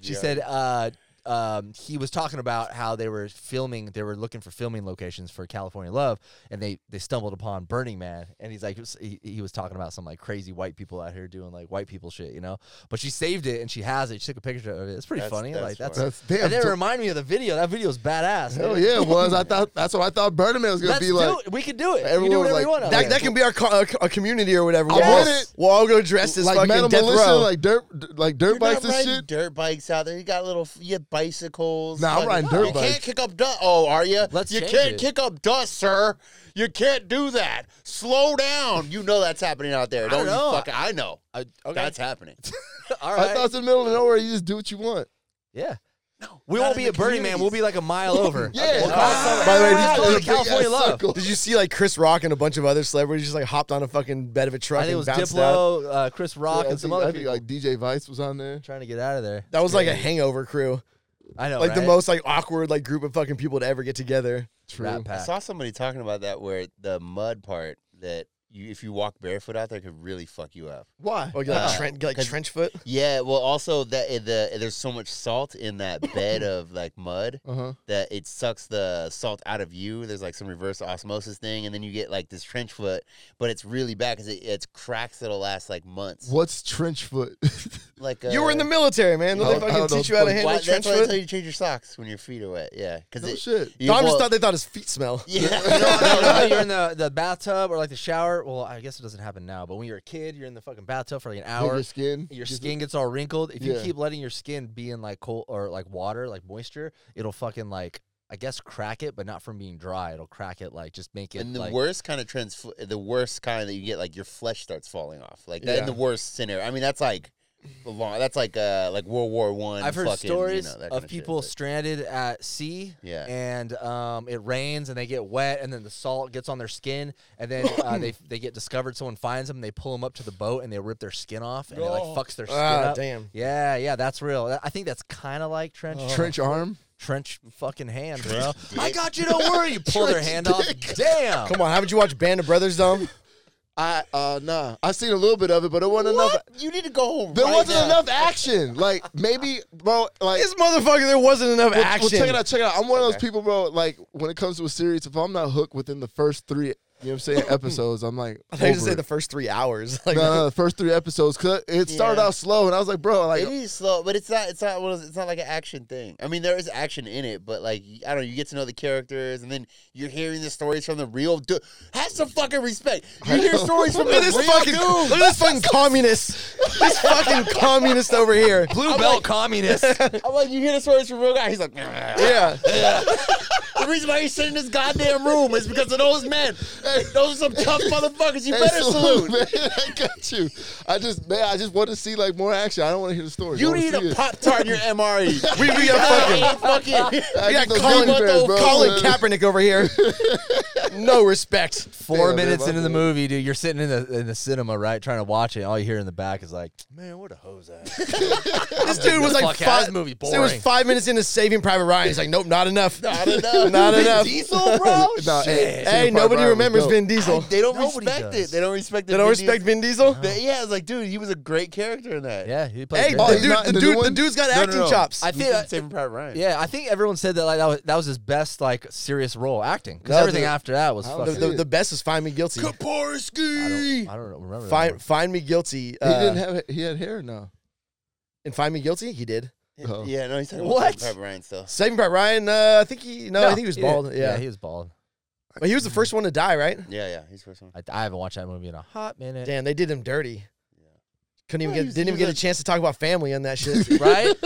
she said uh, um, he was talking about how they were filming they were looking for filming locations for california love and they they stumbled upon burning man and he's like he, he was talking about some like crazy white people out here doing like white people shit you know but she saved it and she has it she took a picture of it it's pretty That's- funny that's like that's funny. That's damn. and it so- reminded me of the video that video's badass hell dude. yeah, it was. I thought that's what I thought Burning Man was gonna Let's be like. do it. We can do it. We can everyone do was whatever like, you want. *laughs* out that, there. that can be our co- a, co- a community or whatever. I We'll, all, want it. we'll all go dressed as Like fucking Metal Death Militia, Row. like dirt, d- like dirt You're bikes not and riding shit. dirt bikes out there you got little you have bicycles Nah, I'm fucking- riding dirt you bikes. can't kick up dust oh are you Let's you change can't it. kick up dust sir you can't do that slow down you know that's happening out there don't you know. fucking I know I- okay. that's *laughs* happening all I right. thought it's in the middle of nowhere. You just do what you want. yeah. no We not won't in be the at Burning Man. We'll communities. be like a mile over. Yeah. We'll call it something. By the way, We're not these- going to these big ass California Love. circles. Did you see like Chris Rock and a bunch of other celebrities just like hopped on a fucking bed of a truck I think it and was bounced out? Diplo, uh, Chris Rock, I and some think- I other think, people like DJ Vice was on there. trying to get out of there. That was like a hangover crew, I know, like the right? most like awkward like group of fucking people to ever get together. True. Rat I *laughs* Pack. saw somebody talking about that where the mud part that you if you walk barefoot out there could really fuck you *laughs* up. Why? Or, like, Ah. Uh, tren- like 'cause- trench foot. Yeah, well, also that uh, the there's so much salt in that *laughs* bed of like mud Uh huh. that it sucks the salt out of you. There's like some reverse osmosis thing, and then you get like this trench foot, but it's really bad because it, it's cracks that'll last like months. What's trench foot? *laughs* Like uh, you were in the military, man. Don't I they don't- I fucking don't know teach you how to the handle why, trench that's why I tell foot? you to change your socks when your feet are wet. Yeah, because no it. shit. you- Dom just well, thought they thought his feet smell. *laughs* *laughs* yeah, *laughs* no, no, no, *laughs* you're in the, the bathtub or like the shower. Well, I guess it doesn't happen now, but when you're a kid, you're in the fucking bathtub for like an Like hour. your skin. Your Just- skin gets all wrinkled. If you Yeah. keep letting your skin be in like cold or like water, like moisture, it'll fucking like I guess crack it, but not from being dry. It'll crack it like just make it and the like worst kind of trans, the worst kind that you get, like your flesh starts falling off. Like that, Yeah. in the worst scenario. I mean, that's like the long. That's like uh, like World War One. I've heard fucking, you know, stories that kind of shit, people but- stranded at sea, Yeah. and um, it rains and they get wet, and then the salt gets on their skin, and then *coughs* uh, they they get discovered. Someone finds them, they pull them up to the boat, and they rip their skin off, and it like No. fucks their skin Ah, up. damn. Yeah, yeah, that's real. That- I think that's kind of like Oh. trench Trench arm. trench fucking hand, bro. Trench I got you. Don't worry. You pull their hand off. Damn. Come on, haven't you watched Band of Brothers, Dom? I uh nah. I seen a little bit of it, but it wasn't enough. You need to go home. There right wasn't now. enough action. Like maybe, bro. Like This motherfucker, there wasn't enough Well, action. Well, check it out. Check it out. I'm one of those Okay. people, bro. Like when it comes to a series, if I'm not hooked within the first three, you know what I'm *laughs* saying, episodes, I'm like, I thought you just over said it. the first three hours. *laughs* Like, no, no, the first three episodes. Cause it started Yeah. out slow, and I was like, bro, like, It is slow, but it's not. It's not. One of those, it's not like an action thing. I mean, there is action in it, but like I don't know. You get to know the characters, and then you're hearing the stories from the real dude. Have some fucking respect. You hear *laughs* stories from Look at the this real fucking, dude. look at this fucking communist, this fucking communist over here. Blue belt communist. I'm like, you hear the stories from real guy. He's like, "Nah." Yeah, *laughs* the reason why you're sitting in this goddamn room is because of those men. Those are some tough motherfuckers. You hey, better salute. salute, *laughs* man. I got you. I just, man, I just want to see like more action. I don't want to hear the story. You need a pop tart in your *laughs* MRE. we, we *laughs* got fucking, fucking. we got Colin, *laughs* Colin Kaepernick over here. No respect. Four Damn, man, minutes my into the bad. movie, dude, you're sitting in the in the cinema, right, trying to watch it. All you hear in the back is like, "Man, what a hose ass." This dude was like Fuck out, five. this movie this dude was boring. five minutes into Saving Private Ryan. He's like, nope, not enough. Not enough. Not enough. Diesel, bro. Nah, hey, Hey, Saving Private nobody Ryan was remembers dope. Vin Diesel. They don't Nobody respect does. it. They don't respect. The They don't Vin Diesel. respect Vin Diesel. They- yeah, it's like, dude, he was a great character in that. yeah, he plays. Hey, great. Oh, the he's dude, not in the, the new dude, the one? dude's got no, acting no. chops. I I think. think I- Saving Private Ryan. yeah, I think everyone said that like that was, that was his best like serious role acting because That was everything it. after that was I the, fucking. the, the best is Find Me Guilty. I, Kaporski. don't, I don't remember. that one. Find Find Me Guilty. He uh, didn't have. He had hair now. in Find Me Guilty, he did. Oh. Yeah, no, he's talking What? about Saving Private Ryan still. Saving Private Ryan. Uh, I think he. No, I think he was did. bald. Yeah. he was bald. but he was the first one to die, right? Yeah, yeah, he's first one. I, I haven't watched that movie in a hot minute. Damn, they did him dirty. Couldn't even Well, get. he was- didn't he even was get a like- chance to talk about family on that shit. *laughs* *laughs* Right?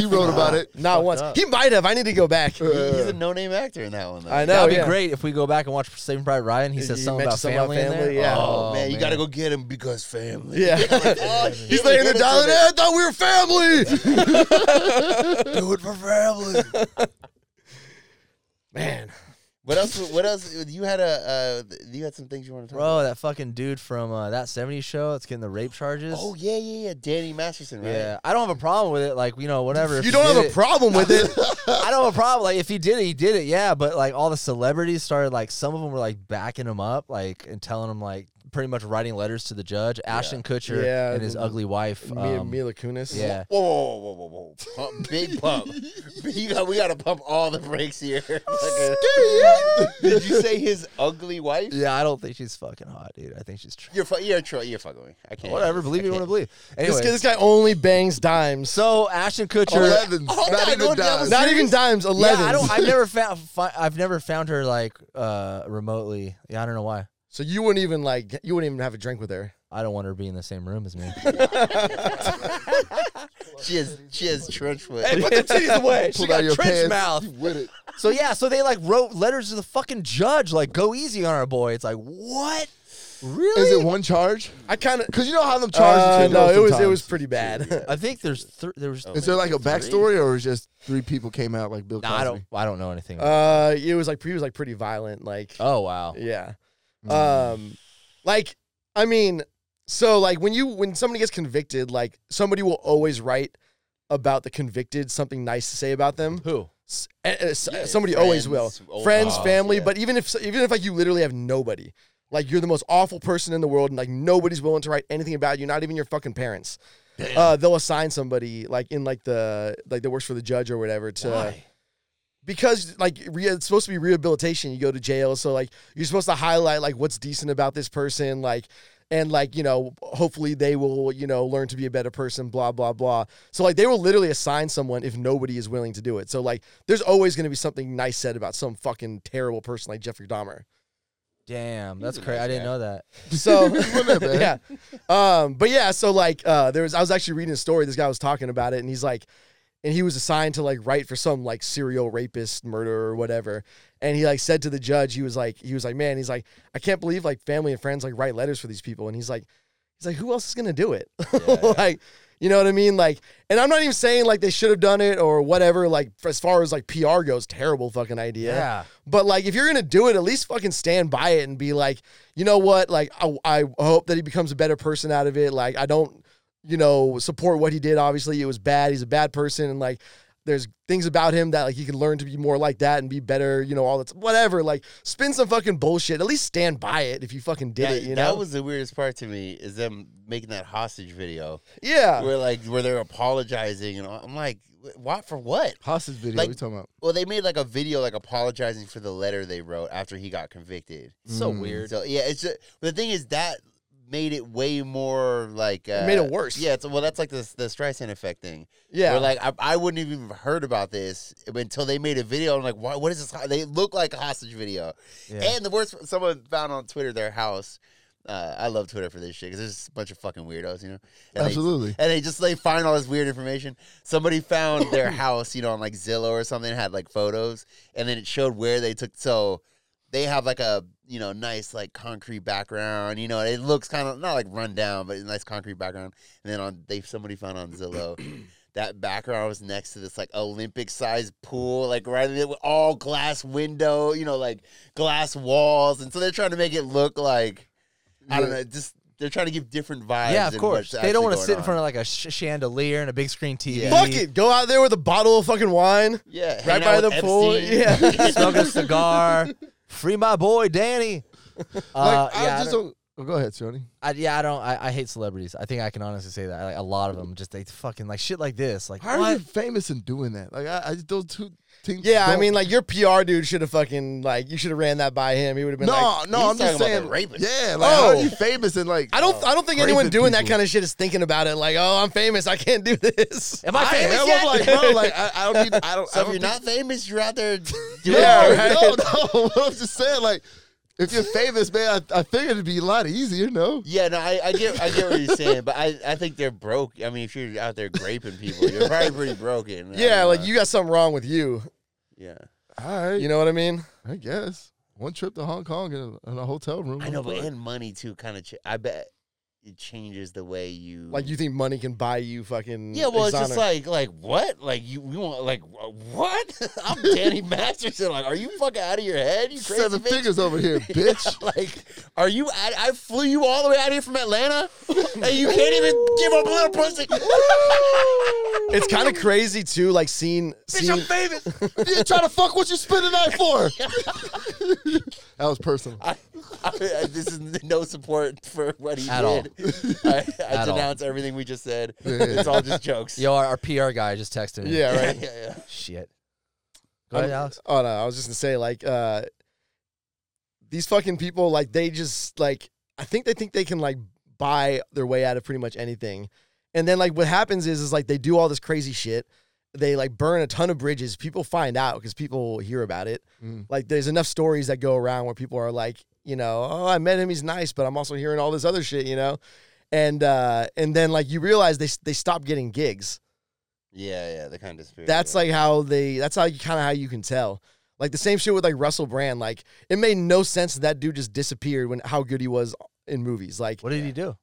He wrote about it. Not fucked once. up. He might have. I need to go back. Uh, He- He's a no-name actor in that one. Though. I know. that would yeah. be great if we go back and watch Saving Private Ryan. He He says something mentioned about something family. about in there. family, yeah. Oh, man, you gotta go get him because family. Yeah. *laughs* *laughs* Like, oh, He's shit, laying they there did it dialing. for "Hey, I thought we were family. the- Do it for family. *laughs* Man, what else? What else? You had a. Uh, you had some things you want to talk about. Bro, that fucking dude from uh, that 70s show that's getting the rape charges. Oh yeah, yeah, yeah. Danny Masterson, right? Yeah, I don't have a problem with it. Like, you know, whatever. if you he don't did have a it- problem with it. *laughs* I don't have a problem. Like, if he did it, he did it. Yeah, but like all the celebrities started like some of them were like backing him up, like and telling him like pretty much writing letters to the judge. Ashton Kutcher Yeah, mm-hmm. and his the- ugly wife. Mila, um, Mila Kunis. *laughs* yeah. Whoa, whoa, whoa, whoa, whoa, whoa. Pump, big pump. you got, we got to pump all the brakes here. *laughs* Did you say his ugly wife? Yeah, I don't think she's fucking hot, dude. I think she's tr- You're, fu- you're, a tro- you're fucking me. I can't. whatever. Believe you want to believe. This, Anyway, guy- this guy only bangs dimes. so Ashton Kutcher. Eleven. Oh, not God, even what the hell dimes. is Not even dimes. Yeah, Eleven. I don't. I've never found. Fi- I've never found her like uh remotely. Yeah, I don't know why. so you wouldn't even like. You wouldn't even have a drink with her. I don't want her to be in the same room as me. She has, she has trench foot. put the *laughs* titties away. Pulled out your pants. You with it? So yeah, so they like wrote letters to the fucking judge, like go easy on our boy. It's like what? Really? Is it one charge? Uh, I kind of. Uh, Because you know how them charges. no, it was it was pretty. pretty *laughs* bad. I think there's th- there was. Is there like a backstory, or is just three people came out like Bill Cosby? Nah, I don't. I don't know anything. *laughs* about uh, it was like he was like pretty violent. Like oh Mm. wow. Yeah. Um like I mean, so like when you when somebody gets convicted, like somebody will always write about the convicted something nice to say about them. Who? S- uh, uh, s- Yeah, somebody always will. friends, old Friends, pals, family, yeah. but even if even if like you literally have nobody, like you're the most awful person in the world and like nobody's willing to write anything about you, not even your fucking parents. Uh, they'll assign somebody like in like the like that works for the judge or whatever to because like re- it's supposed to be rehabilitation you go to jail so like you're supposed to highlight like what's decent about this person like and like you know hopefully they will you know learn to be a better person blah blah blah so like they will literally assign someone if nobody is willing to do it so like there's always going to be something nice said about some fucking terrible person like jeffrey dahmer Damn, that's a crazy. nice I didn't guy. know that. so that bad. yeah, um, but yeah, so like uh, there was I was actually reading a story. This guy was talking about it, and he's like, and he was assigned to like write for some like serial rapist, murderer, or whatever. And he like said to the judge, he was like, he was like, man, he's like, I can't believe like family and friends like write letters for these people, and he's like, he's like, who else is gonna do it? *laughs* like. You know what I mean? Like, and I'm not even saying like they should have done it or whatever. Like, as far as like PR goes, terrible fucking idea. Yeah. But like, if you're gonna do it, at least fucking stand by it and be like, you know what? Like, I, I hope that he becomes a better person out of it. Like, I don't, you know, support what he did. Obviously, it was bad. He's a bad person, and like, There's things about him that like he can learn to be more like that and be better, you know, all that whatever. Like spin some fucking bullshit. At least stand by it if you fucking did that, it, you that know? was the weirdest part to me is them making that hostage video yeah. where like where they're apologizing and all. I'm like, "Wh- what for what? Hostage video. Like- we talking about? Well, they made like a video like apologizing for the letter they wrote after he got convicted. so Mm. weird. So yeah, it's just, the thing is that made it way more like uh, It made it worse. Yeah, it's, well, that's like the the Streisand effect thing. Yeah. Where like I, I wouldn't even have heard about this until they made a video. I'm like, why, what is this? ho- They look like a hostage video. Yeah. And the worst, someone found on Twitter their house. Uh, I love Twitter for this shit because there's a bunch of fucking weirdos, you know. And they- Absolutely. and they just they find all this weird information. Somebody found *laughs* their house, you know, on like Zillow or something, had like photos, and then it showed where they took. So they have like a you know nice like concrete background, you know, and it looks kind of not like run down, but a nice concrete background. And then on they somebody found on Zillow. *clears throat* That background was next to this like Olympic sized pool, like right in it with all glass window, you know, like glass walls. And so they're trying to make it look like, I don't know, just they're trying to give different vibes. Yeah, of and what's course. They actually don't want to going sit in on. front of like a sh- chandelier and a big screen TV. Yeah. Fuck it. Go out there with a bottle of fucking wine. Yeah, Right hanging by out the with pool. *laughs* Epstein. Yeah. Smoke a cigar. Free my boy Danny. Uh, like, I yeah, I just don't- don't. oh, go ahead, Sony. I, yeah, I don't. I, I hate celebrities. I think I can honestly say that. Like a lot of them, just they fucking like shit like this. Like How are what? you famous in doing that? Like, I, I just those two things. Yeah, I don't- mean, like your PR dude should have fucking like you should have ran that by him. He would have been no, like, no. he's I'm just talking about saying, the rapist. yeah. Like, how are Oh. you famous and like? I don't I don't think anyone Raping doing that Oh, people. kind of shit is thinking about it. Like, oh, I'm famous, I can't do *laughs* this. Am I famous am, yet? I'm like, bro, like I, I don't need. *laughs* I don't. So I if don't you're not think- famous, you're out there *laughs* doing Yeah, it. right. No, no. *laughs* What I'm just saying, like, if you're famous, man, I, I figured it'd be a lot easier. No, Yeah, no, I, I get I get what you're saying, but I, I think they're broke. I mean, if you're out there graping people, you're probably pretty broken. I Yeah, don't like know. you got something wrong with you. Yeah, all right. You know what I mean? I guess one trip to Hong Kong in a, in a hotel room. I know, but Fuck. and money too. Kind of, ch- I bet it changes the way you Like you think money can buy you fucking Yeah, well, it's just exoner- like like what? Like you, we want like wh- what? *laughs* I'm Danny Masterson. Like, are you fucking out of your head? You crazy seven bitch? figures over *laughs* here, bitch. Like, are you? I, I flew you all the way out here from Atlanta, and you can't even give up a little pussy. *laughs* it's kind of crazy too, like seeing seeing famous. you trying to fuck what you spend the night *laughs* for? that was personal. I, I, this is no support for what he At all. did. *laughs* I, I At all. denounce everything we just said. Yeah. It's all just *laughs* jokes. Yo, our, our PR guy just texted me. Yeah, yeah, right. yeah, yeah. Shit. Go ahead, I'm- Alex. Oh no, I was just gonna say like uh these fucking people like they just like I think they think they can like buy their way out of pretty much anything. And then like what happens is is like they do all this crazy shit. They like burn a ton of bridges. People find out because people hear about it. Mm. Like there's enough stories that go around where people are like, you know, oh, I met him, he's nice, but I'm also hearing all this other shit, you know. And uh and then like you realize they they stop getting gigs Yeah, yeah, the kind of spirit. that's like how they that's how you kind of how you can tell like the same shit with like russell brand like it made no sense that that dude just disappeared when how good he was in movies like What did he do?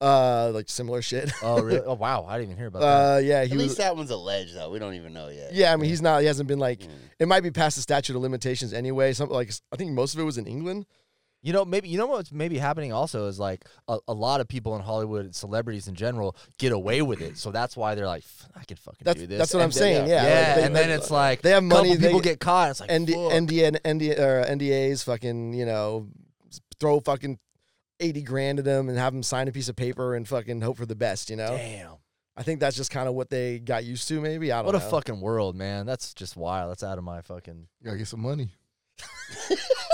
uh like similar shit Oh, *laughs* really? Oh, wow. I didn't even hear about that. uh yeah At he least was that one's alleged, though. We don't even know uh, yet. yeah i mean he's not he hasn't been like Mm. *laughs* it might be past the statute of limitations anyway something like i think most of it was in england You know, maybe you know what's maybe happening also is like a, a lot of people in Hollywood, celebrities in general, get away with it. So that's why they're like, "F- I can fucking that's do this. that's what i'm And then- saying yeah, Yeah, like, they- and then it's like they have couple money, they people get- get caught. and It's like ND, fuck. ND, ND, or NDAs, fucking, you know, throw fucking 80 grand at them and have them sign a piece of paper and fucking hope for the best, you know? damn. I think that's just kind of what they got used to, maybe. I don't What know. a fucking world, man. That's just wild. That's out of my fucking. You gotta get some money. *laughs*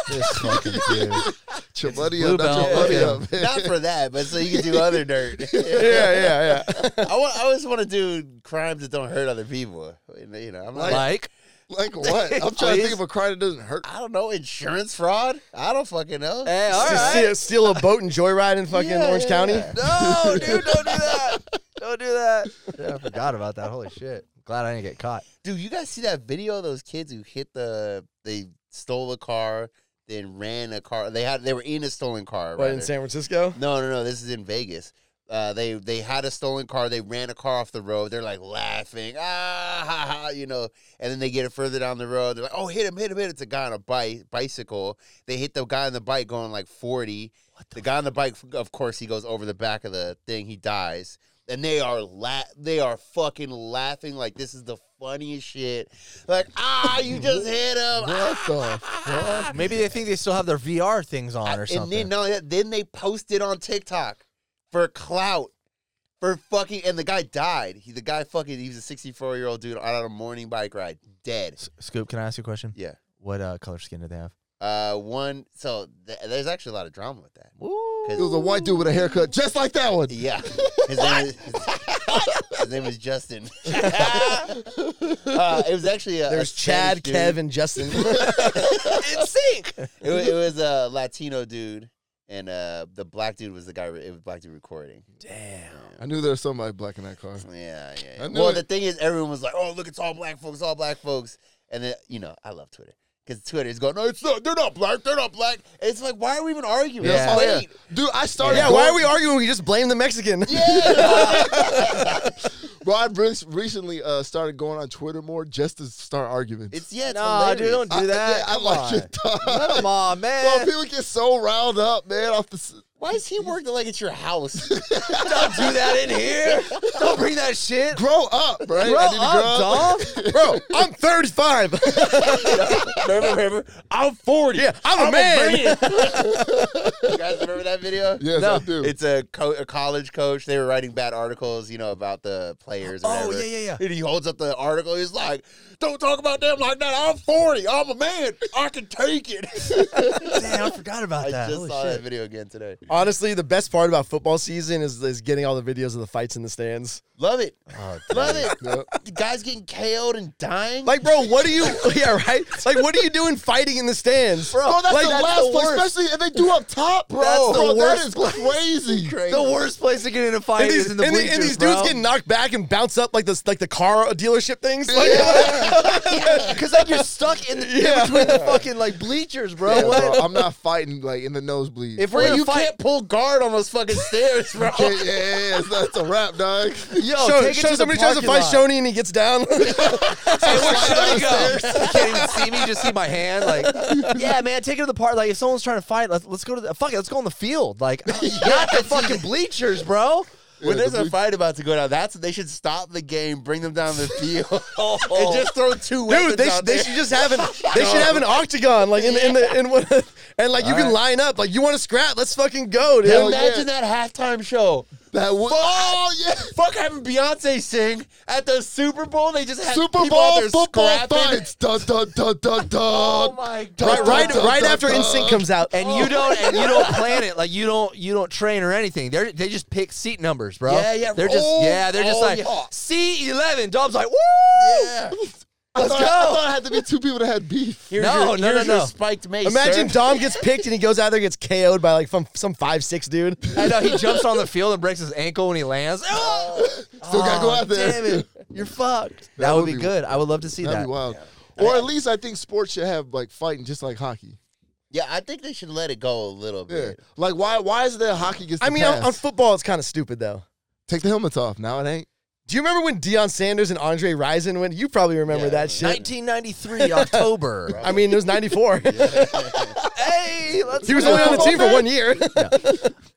This fucking kid. Get your money blue up, not your belt. money Yeah. up. man. Not for that, but so you can do other *laughs* dirt. *laughs* Yeah, *laughs* yeah, yeah. I, wa- I always want to do crimes that don't hurt other people. You know, I'm not, Like, *laughs* *laughs* Like what? I'm trying to think of a crime that doesn't hurt. I don't know, insurance fraud? I don't fucking know. hey, all Just right. steal, steal a boat and joyride in fucking Yeah, Orange yeah, County. yeah. No, dude, don't do that. Don't do that. Yeah, I forgot about that. Holy shit. Glad I didn't get caught. Dude, you guys see that video of those kids who hit the they stole a car, then ran a car. They had they were in a stolen car, What, right? in San Francisco? No, no, no. This is in Vegas. Uh, they they had a stolen car. They ran a car off the road. They're like laughing, ah, *laughs* ha, ha, you know. And then they get it further down the road. They're like, oh, hit him, hit him, hit him. It's a guy on a bike, bicycle. They hit the guy on the bike going like forty. the guy on the bike, of course, he goes over the back of the thing. He dies. and they are la- they are fucking laughing like this is the funniest shit. Like, ah, you *laughs* just hit him. What the Ah. Maybe they think they still have their VR things on or And something. then not only that, then they posted on TikTok for clout. For fucking and the guy died. He the guy fucking he was a sixty four year old dude out on a morning bike ride. Dead. S- Scoop, can I ask you a question? Yeah. What uh, color skin do they have? Uh one so th- there's actually a lot of drama with that. It was a white dude with a haircut just like *laughs* that one. *laughs* Yeah. His name is, his name is *laughs* Justin. uh, it was actually a, a There's Chad, Spanish dude. Kev, and *laughs* Justin. in sync. It, wa- it was a Latino dude, and uh, the black dude was the guy. It was black dude recording. Damn. I knew there was somebody black in that car. Yeah, yeah. I yeah. knew Well, it. the thing is, everyone was like, "Oh, look, it's all black folks, all black folks," and then you know, I love Twitter because Twitter is going, "No, it's not. They're not black. They're not black." It's like, why are we even arguing? Let's Yeah. Oh, yeah. wait. Dude, I started. yeah, why going- are we arguing? We just blame the Mexican. Bro, I re- recently uh, started going on Twitter more just to start arguments. It's yeah, it's No, dude, hilarious. don't do that. I, yeah, I Come like on. *laughs* it. dog. Come on, *laughs* Bro, man. people get so riled up, man. Off the s- Why is he working like it's your *laughs* house? Don't do that in here. Don't bring that shit. grow up, bro. I Grow need to up, *laughs* dog. *laughs* Bro, I'm *laughs* 35. remember, remember, I'm 40. yeah, I'm, a man. you guys remember that video? *laughs* *laughs* Yes, No. I do. It's a, co- a college coach. They were writing bad articles, you know, about the players. Or Oh, whatever. yeah, yeah, And he holds up the article. He's like, "Don't talk about them like that. I'm 40. I'm a man. I can take it." *laughs* yeah. Damn, I forgot about I that. just Holy saw that shit. video again today. Honestly, the best part about football season is, is getting all the videos of the fights in the stands. Love it. Oh, Love it. Yep. The guys getting KO'd and dying. Like, bro, what are you? *laughs* Yeah, right. Like, what are you doing fighting in the stands? Bro, Bro, that's like, the that's last the place, worst. especially if they do up top, bro. That's the Bro, worst *laughs* That is crazy. the worst place to get in a fight and these, is in the and the- and bleachers, these bro. dudes get knocked back and bounce up like this, like the car dealership things. Like, *laughs* Because like you're stuck *laughs* in, the, in between the fucking like bleachers, bro. Yeah, what? bro, I'm not fighting like in the nosebleed. If we're Bro, gonna you fight, can't pull guard on those fucking stairs, bro. yeah, yeah, yeah, it's, that's a wrap, dog. *laughs* yo, Show- take show- it to somebody the tries to parking fight lot. Shoney and he gets *laughs* down. Hey, where'd Shoney *laughs* go? You can't even see me. you Just see my hand. Like, *laughs* yeah, man, take it to the park. Like, if someone's trying to fight, let's, let's go to the fuck. It, let's go on the field. *laughs* Like, not the fucking bleachers, bro. When Yeah, there's the a blue- fight about to go down, that's they should stop the game, bring them down *laughs* the field, and just throw two weapons Oh. Dude, they, sh- out they there. should just have *laughs* an they should have an octagon like in the, in the in one and like you can line up like you want to scrap let's fucking go dude. Hell Imagine that halftime show. That would. Oh yeah. Fuck having Beyonce sing at the Super Bowl. They just had Super people out Bowl there football scrapping. fights. Dun dun dun dun dun. Oh my god! right right, dun, *laughs* right dun, after dun. Instinct comes out And you don't and you don't plan it. Like, you don't you don't train or anything. They they just pick seat numbers, bro. Yeah, yeah. They're just Oh, yeah. They're just oh, like yeah. C eleven. Dom's like woo. Yeah. I thought, go. I thought it had to be two people that had beef. Here's No, your, no, no, here's no. Your spiked mace. imagine sir. Dom gets picked and he goes out there and gets KO'd by like from some five six dude I know he jumps on the field and breaks his ankle when he lands. *laughs* Oh, Still gotta go out there. Damn *laughs* it, you're fucked. That, would would be, be- good. I would love to see That'd that. be wild. Or at least I think sports should have like fighting, just like hockey. Yeah, I think they should let it go a little Yeah. bit. Like why? Why is it that hockey gets? The I mean pass? on, on football it's kind of stupid though take the helmets off. Now it ain't. do you remember when Deion Sanders and Andre Rison when you probably remember Yeah. that shit *laughs* 1993 October. I mean it was 94 hey, let's. he was go. only on the team for one year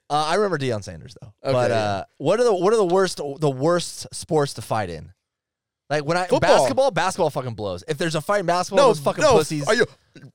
Uh, I remember Deion Sanders though. Okay, but yeah. uh, what are the what are the worst the worst sports to fight in? Like when I Football. basketball, basketball fucking blows. If there's a fight in *laughs* basketball, no those fucking no pussies. are you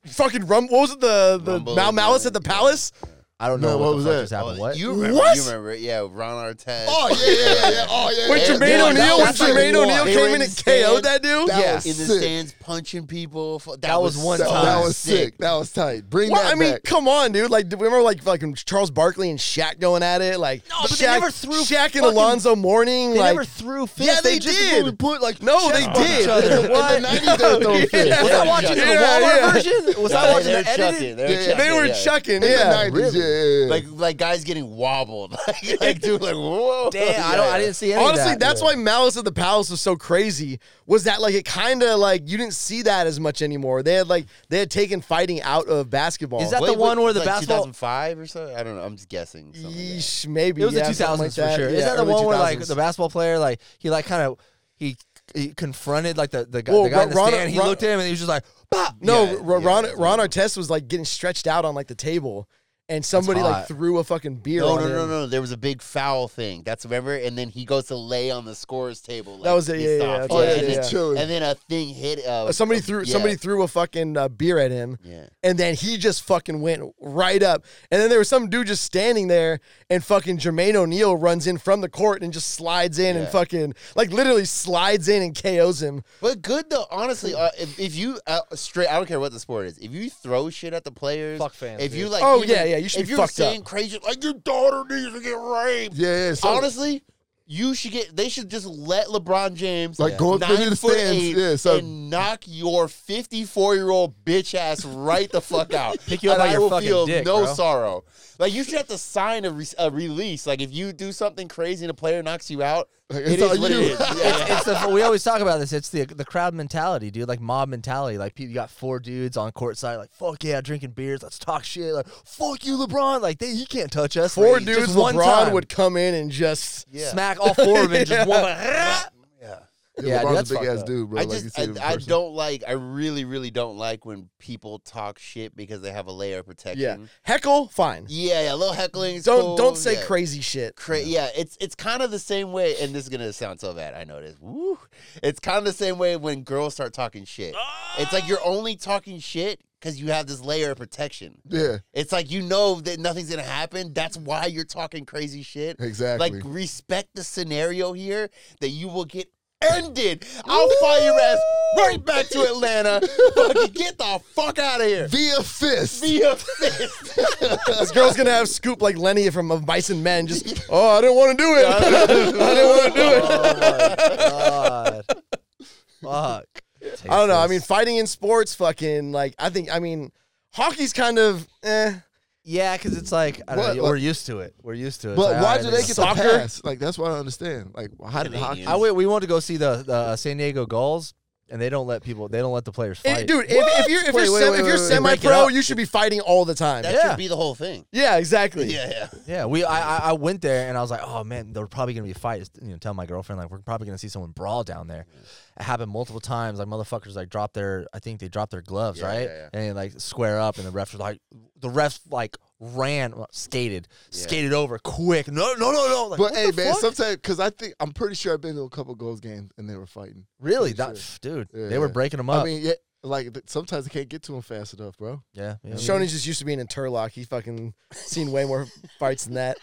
fucking rum what was it the the Rumble, Mal Malice yeah. at the Palace I don't know No, what, what the was fuck that? just happened. Oh, what? You remember? What? You remember? Yeah, Ron Artest. Oh yeah, yeah, yeah, yeah. Oh yeah. When yeah. Jermaine O'Neal, Yeah, when that was like Jermaine one. O'Neal They were came in in and the KO'd stands. that dude. That Yeah. was in the sick. stands punching people. Fu- That, That was one That, time. that was sick. That was tight. Bring Well, that I mean, back. come on, dude. Like, do we remember like like Charles Barkley and Shaq going at it? Like, No, but Shaq, they never threw Shaq and fucking- Alonzo Mourning. They like, never threw fists. yeah, they, just did. moved- like, no, they on each did. other. What? In the 90s, they were throwing fists. Yeah. Was I watching the Yeah, Walmart yeah. *laughs* version? Was No, I watching they were the edited? chucking. They were Yeah. chucking. They were yeah. chucking. Yeah. In the 90s, yeah, yeah, yeah. Like like guys getting wobbled. *laughs* like, like dude, like whoa. Damn, I don't. I didn't see any of Honestly, that. that's why Malice at the Palace was so crazy. Was that like it kind of like you didn't see that as much anymore? They had like they had taken fighting out of basketball. Is that- the one where the basketball- 2005 or so? I don't know. I'm just guessing. something like that. Yeesh, maybe It was yeah, the 2000s something like for sure. Is Yeah, that the early one where like 2000s. the basketball player like he like kind of he, he confronted like the the guy, Well, the guy in the Ron- stand. He Ron- looked at him and he was just like, "Bop." No, Yeah, Ro- yeah, Ron that's Ron Artest was like getting stretched out on like the table, and somebody like hot. threw a fucking beer. No, on no, him. no, no. There was a big foul thing. That's remember, and then he goes to lay on the scores table. Like, That was it, yeah, pissed yeah, off. that's Oh Yeah, yeah, and, yeah, yeah. Then, chilling. and then a thing hit. Uh, Uh, somebody uh, threw yeah, somebody threw a fucking uh, beer at him, Yeah. and then he just fucking went right up. And then there was some dude just standing there, and fucking Jermaine O'Neal runs in from the court and just slides in and Yeah. fucking like literally slides in and KOs him. But good though, honestly. Uh, if, if you uh, straight, I don't care what the sport is. If you throw shit at the players, Fuck fans, If you dude. like, Oh, even- yeah, yeah, you should if be you're fucked up. saying crazy like your daughter needs to get raped. yeah, yeah. So, honestly, you should get. They should just let LeBron James Like, go up nine into the foot stands, eight, yeah, so- and knock your fifty four year old bitch ass right the fuck out. Pick you up and by I your will fucking feel dick, no bro. sorrow. Like you should have to sign a, re- a release. Like if you do something crazy and a player knocks you out, Like, it it's is on what you. it is. Yeah, yeah. it's the, we always talk about this. It's the the crowd mentality, dude. Like mob mentality. Like people, you got four dudes on court side, like fuck yeah, drinking beers, let's talk shit. Like fuck you, LeBron. Like they, he can't touch us. Four Like, just dudes, one LeBron time. would come in and just Yeah. smack all four of them. and *laughs* Just one. Like, Yeah. Yeah, yeah, dude, that's LeBron's a big fucked ass up. dude, bro. I like, you just, see him in I, I person. don't like, I really, really don't like when people talk shit because they have a layer of protection. yeah heckle. Fine, Yeah, yeah, a little heckling. is don't cool, don't say Mm-hmm. yeah. crazy *laughs* shit. Cra- yeah. it's it's kind of the same way, and this is gonna sound so bad. I know it is. Woo. It's kind of the same way when girls start talking shit. It's like you're only talking shit because you have this layer of protection. Yeah, It's like you know that nothing's gonna happen. That's why you're talking crazy shit. exactly. Like respect the scenario here that you will get ended. I'll fire your ass right back to Atlanta. Fucking get the fuck out of here. via fist. Be a fist. This girl's gonna have scoop like Lenny from Of Mice and Men. Just oh, I didn't want to do it. I didn't want to do it. oh my god. Fuck. *laughs* I don't know. I mean, fighting in sports, fucking like I think. I mean, hockey's kind of eh. yeah, because it's like I don't What, know, like- we're used to it. We're used to it. It's But like, why alright, do this they is- get soccer? the pass? Like that's what I don't understand. Like how did hockey? Canadians. I went, we wanted to go see the, the uh, San Diego Gulls, and they don't let people. They don't let the players Eh, fight. dude, if, if you're if Wait, you're, wait, sem- wait, if you're wait, wait. semi-pro, Break it up. you should be fighting all the time. That Yeah. should be the whole thing. yeah, exactly. Yeah, yeah. Yeah, we. I, I I went there and I was like, oh man, there were probably gonna be a fight. Just, You know, tell my girlfriend like we're probably gonna see someone brawl down there. It happened multiple times. Like motherfuckers like dropped their. I think they dropped their gloves, Yeah, right? yeah, And like square up, and the refs were like, the refs like ran, well, skated, skated over quick. No, no, no, no. Like, But what hey, the man, fuck? sometimes because I think I'm pretty sure I've been to a couple goals games and they were fighting. really, Pretty that sure. dude, Yeah, they were yeah. breaking them up. I mean, yeah, like th- sometimes I can't get to them fast enough, bro. yeah, yeah. Shoney's just used to being in Turlock. He fucking seen way more *laughs* fights than that.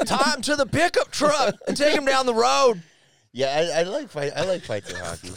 *laughs* Time to the pickup truck and take him down the road. Yeah, I, I like fight. I like fights in hockey.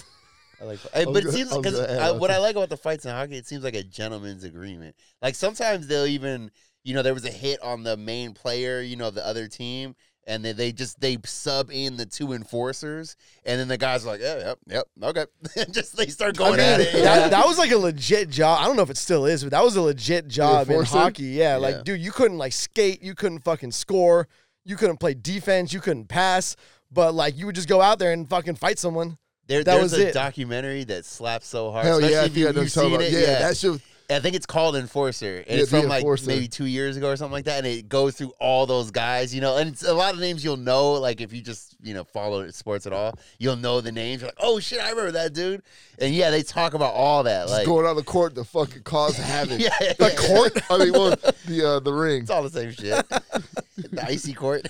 I like, fi- I- I'm but it good- seems I'm because good. what I like about the fights in hockey, it seems like a gentleman's agreement. Like sometimes they'll even, you know, there was a hit on the main player, you know, the other team, and then they just they sub in the two enforcers, and then the guys are like, yeah, yep, yep, okay, *laughs* just they start I going mean, at it. that, that was like a legit job. I don't know if it still is, but that was a legit job in enforcer? hockey. Yeah, Yeah. like dude, you couldn't like skate, you couldn't fucking score, you couldn't play defense, you couldn't pass, but like you would just go out there and fucking fight someone. there, that there's was a it. documentary that slaps so hard. Hell yeah, especially if you, had you, them have talking seen about, it. yeah, that shit. I think it's called Enforcer. And Yeah, it's The from like Enforcer. maybe two years ago or something like that. And it goes through all those guys, you know. And it's a lot of names you'll know, like if you just, you know, follow sports at all, you'll know the names. You're like, oh shit, I remember that dude. And yeah, they talk about all that. Just Like, going on the court to fucking *laughs* cause *laughs* havoc. *laughs* yeah, yeah, The yeah. court? I mean, well, the uh, the ring. It's all the same shit. the icy *laughs* court.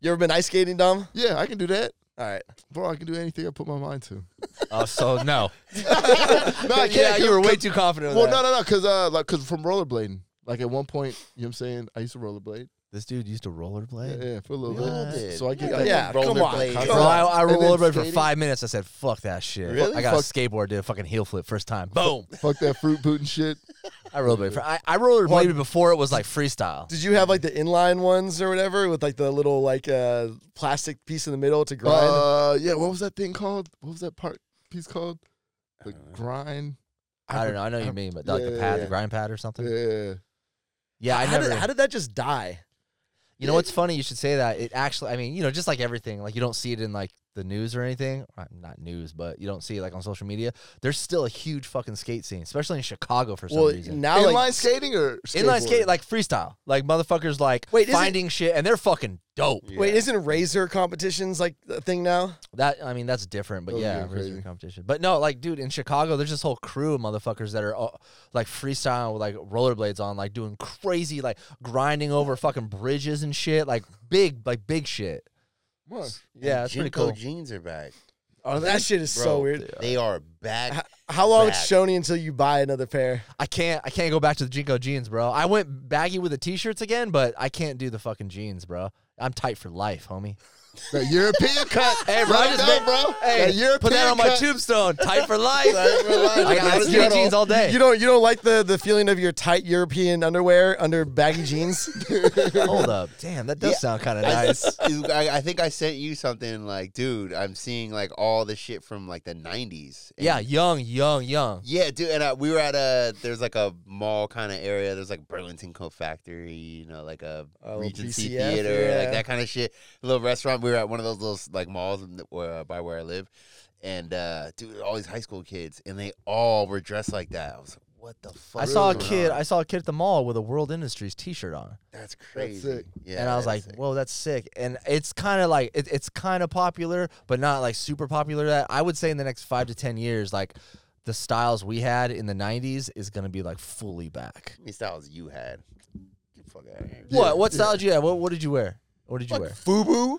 You ever been ice skating, Dom? Yeah, I can do that, All right. bro. I can do anything I put my *laughs* mind to. *laughs* Oh, so no. No, I yeah, can't. you were way too confident. of well, that. no, no, no, because uh, like, cause from rollerblading. Like at one point, you know what I'm saying? I used to rollerblade. This dude used to Yeah, rollerblade. yeah for a little We all bit. did. So I get Yeah, that. yeah, come on. rollerblade. Come Bro, on. I, I And then rollerblade for skating? five minutes. I said, "Fuck that shit." Really? I got a Fuck- skateboard, did a fucking heel flip first time. Boom! Fuck that fruit boot and shit. *laughs* I rollerblade. For, I, I rollerbladed before it was like freestyle. Did you have like the inline ones or whatever with like the little like uh plastic piece in the middle to grind? Uh, yeah. What was that thing called? What was that part piece called? The grind. I don't know. I know what you mean, but like the yeah, pad, yeah. the grind pad or something. Yeah, Yeah. I how, never. did, how did that just die? you know what's funny? You should say that. It actually, I mean, you know, just like everything, like you don't see it in like the news or anything, or not news, but you don't see it like on social media, there's still a huge fucking skate scene, especially in Chicago for some Well, reason. now Inline like skating or Inline skateboarding? skate, like freestyle, like motherfuckers, like Wait, isn't- finding shit, and they're fucking dope. Yeah. wait, isn't razor competitions like a thing now? That I mean, that's different, but Those yeah, get raise your crazy. competition. But no, like, dude, in Chicago, there's this whole crew of motherfuckers that are uh, like freestyling with like rollerblades on, like doing crazy, like grinding over fucking bridges and shit, like big, like big shit. What? Yeah, that's pretty Jinko cool. jeans are back. Oh, that shit is so Bro, weird. They are H- back. How long Back. is Shoney until you buy another pair? I can't, I can't go back to the Jinko jeans, bro. I went baggy with the t-shirts again, but I can't do the fucking jeans, bro. I'm tight for life, homie. That European cut. Hey, bro, I right just now, made- bro. Hey, that European put that on my cut. tombstone. Tight for life. I got You skinny don't- jeans all day. You don't you don't like the, the feeling of your tight European underwear under baggy *laughs* jeans? Hold up, damn, that does Yeah. sound kind of I, nice. I, I think I sent you something like, dude, I'm seeing like all the shit from like the 90s. And- Yeah, young, young, young. Yeah, dude, and uh, we were at a there's like a mall kind of area. There's like Burlington Coat Factory, you know, like a Oh, Regency BCF, Theater, yeah. like that kind of shit. little restaurant. We were at one of those little like malls in the- where, uh, by where I live, and uh, dude, all these high school kids, and they all were dressed like that. I was like, what the fuck? I is saw a going kid. on? I saw a kid at the mall with a World Industries T-shirt on, That's crazy. sick. Yeah, and I was that like, is sick. "Whoa, that's sick!" And it's kind of like it, it's kind of popular, but not like super popular. That I would say in the next five to ten years, like the styles we had in the '90s is gonna be like fully back. How many styles you had? Get the fuck out of here. What? What style did you have? What, what did you wear? What did you *laughs* wear? Fubu?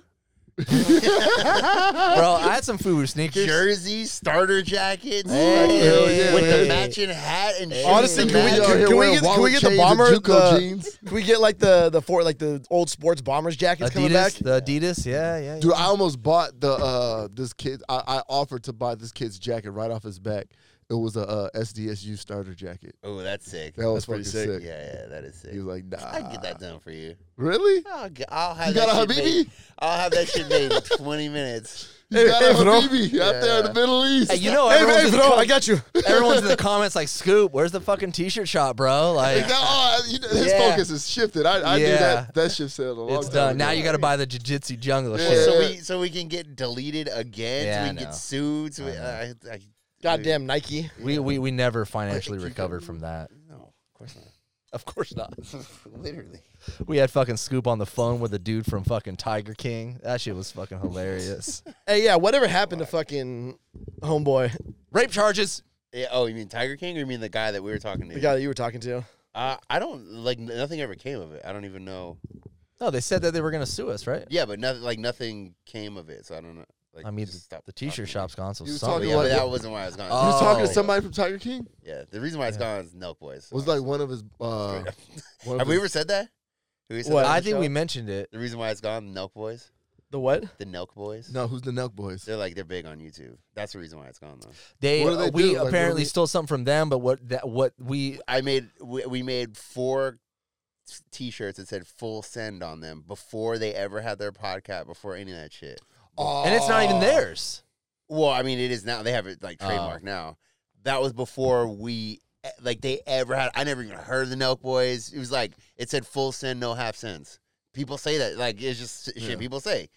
Bro, I had some FUBU sneakers. Jersey starter jackets Hey, Oh, hell yeah, with the man. matching hat and shit. Honestly, The can we- matching- out can here we wearing get- can wallet we get the chains and bomber, JUCO the- jeans? Can we get like the the four like the old sports bombers jackets coming back? Adidas, the Adidas, yeah, yeah. yeah. Dude, I almost bought the uh this kid. I, I offered to buy this kid's jacket right off his back. It was a uh, SDSU starter jacket. Oh, that's sick. That was pretty fucking sick. sick. Yeah, yeah, that is sick. He was like, nah. I can get that done for you. Really? I'll, g- I'll have You that got a shit made- Habibi? I'll have that shit made in 20 minutes. You Hey, got hey, a bro. Habibi out there in the Middle East. Hey, Uh, you know Hey, everyone's, hey, in the bro, com- I got you. *laughs* everyone's in the comments like, "Scoop, where's the fucking T-shirt shop, bro?" Like, Like, now, oh, you know, his Yeah. focus is shifted. I, I knew Yeah. that that shift sailed a long It's time done. Now ago. you got to buy the jiu-jitsu jungle *laughs* Yeah. shit. So we so we can get deleted again. Yeah, so I we can know. get sued. So we, I I, I, Goddamn Nike. we, we, we never financially recovered from that. No, of course not. Of course not. *laughs* Literally. We had fucking Scoop on the phone with a dude from fucking Tiger King. That shit was fucking *laughs* hilarious. Hey, yeah, whatever happened to fucking homeboy, Rape charges. Yeah, oh, you mean Tiger King or you mean the guy that we were talking to? the guy that you were talking to? uh, I don't like n- nothing ever came of it. I don't even know. No, they said that they were going to sue us, right? Yeah, but nothing like nothing came of it. So I don't know. Like, I mean, just the, stop the talking t-shirt to me. Oh, shop's gone, so You was something. talking Yeah, about- but that wasn't why I was gone. You was talking Oh. to somebody from Tiger King? Yeah, the reason why it's gone is Milk Boys. It was like one of his. Uh, Straight up. *laughs* one Have of we his ever said that? Have we said What? that on I the think show? we mentioned it. The reason why it's gone, the Nelk Boys. The what? The Nelk Boys. no, who's the Nelk Boys? They're like they're big on YouTube. That's the reason why it's gone though. They, What do they we do? Like, what do apparently we- stole something from them, but what that what we I made we, we made four s- t-shirts that said full send on them before they ever had their podcast, before any of that shit. and it's not even Aw. theirs. Well, I mean it is now. They have it like Oh. trademark now. That was before we eh, like they ever had I never even heard of the Nelk Boys. It was like it said full send, no half cents. People say that. Like it's just s- shit Yeah. people say.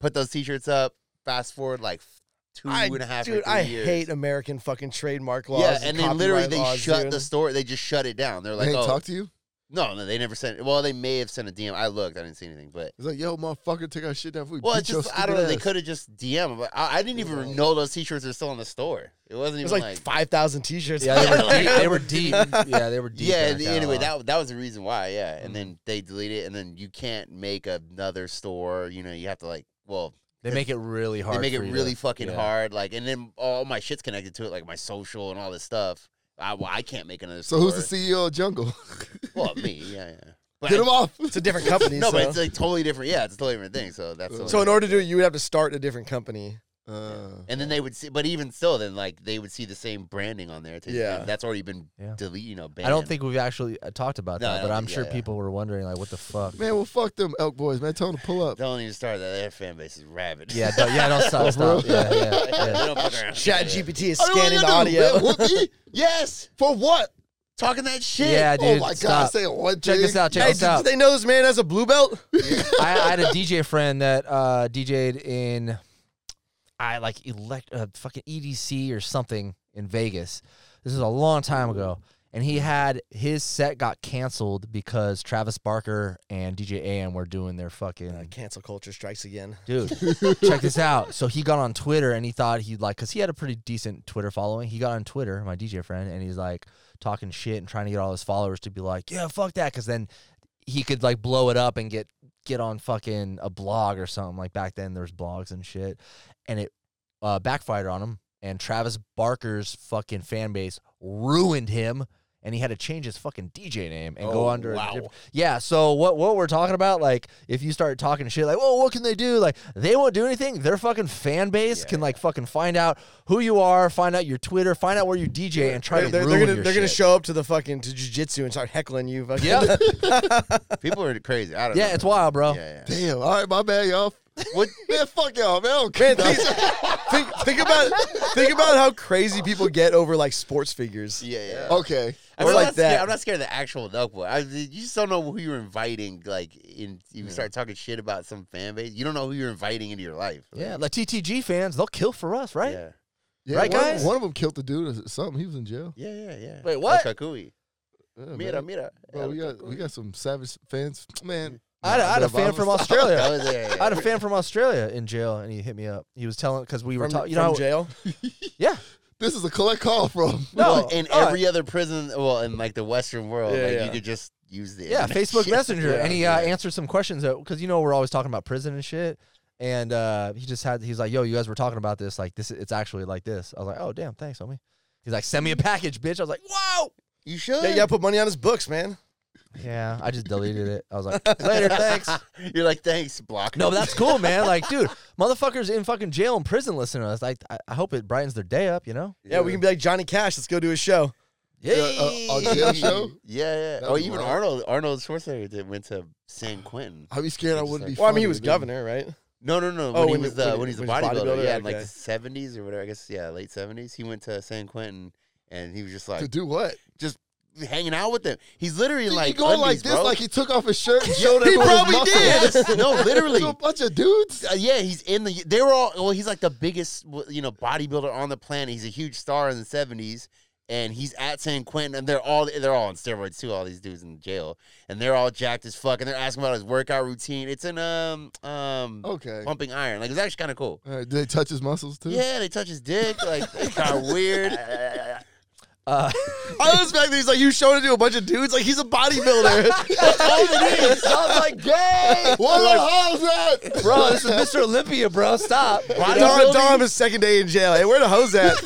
Put those t-shirts up, fast forward like f- two I- and a half or dude, three I years. hate American fucking trademark laws. yeah, and they literally copyright they laws, shut dude. the store. They just shut it down. They're They like, ain't oh talk to you? no, no, they never sent. Well, they may have sent a DM. I looked, I didn't see anything, but It's like, yo, motherfucker, take our shit down. if We well, beat it's your just I stupid don't know. They ass. could have just DM. 'em, But I, I didn't even know those t-shirts are still in the store. It wasn't It even was like, like, five thousand t-shirts. Yeah, they were deep. They were *laughs* deep. Yeah, they were deep. Mm-hmm. yeah. in and our anyway, catalog. that that was the reason why. Yeah, and then they delete it, and then you can't make another store. You know, you have to like well. they make it really hard. They make it for you to- really fucking yeah. hard, like, and then all my shit's connected to it, like my social and all this stuff. I, well, I can't make another. So store. who's the CEO *laughs* of Jungle? Well, me, yeah, yeah. But Get I- him off. It's a different *laughs* company. No, so. but it's like totally different. Yeah, it's a totally different thing. So that's the so way- in order to do it, you would have to start a different company. Uh, and then they would see, but even still, then like they would see the same branding on there. It's- Yeah. that's already been Yeah. delete. You know, banned. I don't think we've actually uh, talked about No, I that, but don't I'm think- sure yeah, yeah. people were wondering, like, what *laughs* the fuck? man, well, fuck them Elk Boys, man. Tell them to pull up. Don't even start that. Their fan base is rabid. Yeah, don't, yeah, don't stop, stop. Yeah, yeah, *laughs* they yeah. don't fuck around. Chat Yeah. GPT is I don't know what scanning the they do, audio. man. Whoopie? Yes, For what? talking that shit. Yeah, dude. oh my stop. God, say one Check thing. this out. Check Hey, this did out. they know this man *laughs* has a blue belt? I, I had a DJ friend that uh, DJ'd in I like elect uh, fucking EDC or something in Vegas. This is a long time ago, and he had his set got canceled because Travis Barker and DJ AM were doing their fucking Uh, cancel culture strikes again. dude check this out so he got on twitter and he thought he'd like because he had a pretty decent twitter following he got on twitter my dj friend and he's like talking shit and trying to get all his followers to be like yeah fuck that because then he could like blow it up and get get on fucking a blog or something like back then there's blogs and shit and it uh, backfired on him and travis barker's fucking fan base ruined him and he had to change his fucking DJ name and go Oh, under. a wow. different- yeah. So what what we're talking about, like if you start talking shit, like, oh, what can they do? Like they won't do anything. Their fucking fan base Yeah, can like fucking find out who you are, find out your Twitter, find out where you DJ, and try They're, to they're- they're ruin gonna your they're gonna shit. show up to the fucking to jujitsu and start heckling you. Fucking. Yeah, *laughs* *laughs* People are crazy. I don't know. yeah, it's wild, bro. Yeah, *laughs* yeah. Damn. All right, my bad, y'all. What? Man, fuck y'all, man. I don't care. Man, think, *laughs* think, think about think about how crazy people get over like sports figures. Yeah, yeah. Okay. I Or mean, like I'm not scared- that. I'm not scared of the actual duck boy. I, you just don't know who you're inviting. Like, in you start talking shit about some fan base, you don't know who you're inviting into your life. Yeah, like TTG fans, they'll kill for us, right? Yeah. Yeah, Right, one, guys? One of them killed the dude or something. He was in jail. Yeah, yeah, yeah. Wait, what? El Kakui. Yeah, Mira, man. mira. Bro, El we got Kakui. we got some savage fans, man. I had, I had a Bro, fan was- from That Australia. was- yeah, yeah, I had a yeah. fan from Australia in jail, and he hit me up. He was telling because we were From, talking, you from know, how- jail. yeah, This is a collect *laughs* call from. *laughs* no, Well, in uh, every other prison, well, in like the Western world, Yeah, like yeah. you could just use the *laughs* yeah, internet *laughs* Facebook shit. Messenger, Yeah, and he uh, answered some questions because you know we're always talking about prison and shit, and uh, he just had he was like, "Yo, you guys were talking about this, like this, it's actually like this." I was like, "Oh, damn, thanks, homie." He's like, "Send me a package, bitch." I was like, "Whoa." You should. Yeah, you gotta put money on his books, man. Yeah, I just deleted it. I was *laughs* like, *laughs* "Later, thanks." *laughs* You're like, thanks, block. No, but that's cool, man. Like, dude, motherfuckers in fucking jail and prison listening to us. Like, I, I hope it brightens their day up. You know? Yeah, we can be like Johnny Cash. Let's go do a show. Yeah. uh, on jail show. *laughs* Yeah, yeah. That'd Oh, be even wild. Arnold Arnold Schwarzenegger did, went to San Quentin. I'd be scared I Just wouldn't like- be. Well, I mean, he funny, was dude. governor, right? *laughs* No, no, no. Oh, when, he when- was the, when- when he's a when he's a bodybuilder, bodybuilder, yeah, in like okay. the seventies or whatever. I guess yeah, late seventies. He went to San Quentin and he was just To like do what? hanging out with them. He's literally Dude, like he going like undies, this, bro. like he took off his shirt and showed he everyone his probably muscles. did. Yes. *laughs* No, *laughs* literally. to a bunch of dudes. Uh, yeah, he's in the. They were all. Well, he's like the biggest, you know, bodybuilder on the planet. He's a huge star in the seventies, and he's at San Quentin, and they're all they're all on steroids too. All these dudes in jail, and they're all jacked as fuck, and they're asking about his workout routine. It's in um um Oh, Okay. pumping iron. Like it's actually kind of cool. All right, did they touch his muscles too? *laughs* Yeah, they touch his dick. Like it's kind of weird. Uh, *laughs* I love the fact that he's like you showed it to a bunch of dudes. Like he's a bodybuilder. sounds like gay, What the hell's that, bro. *laughs* This is Mr. Olympia, bro. *laughs* Stop. Don Bodybuilding? Don his second day in jail. Hey, where the hose at?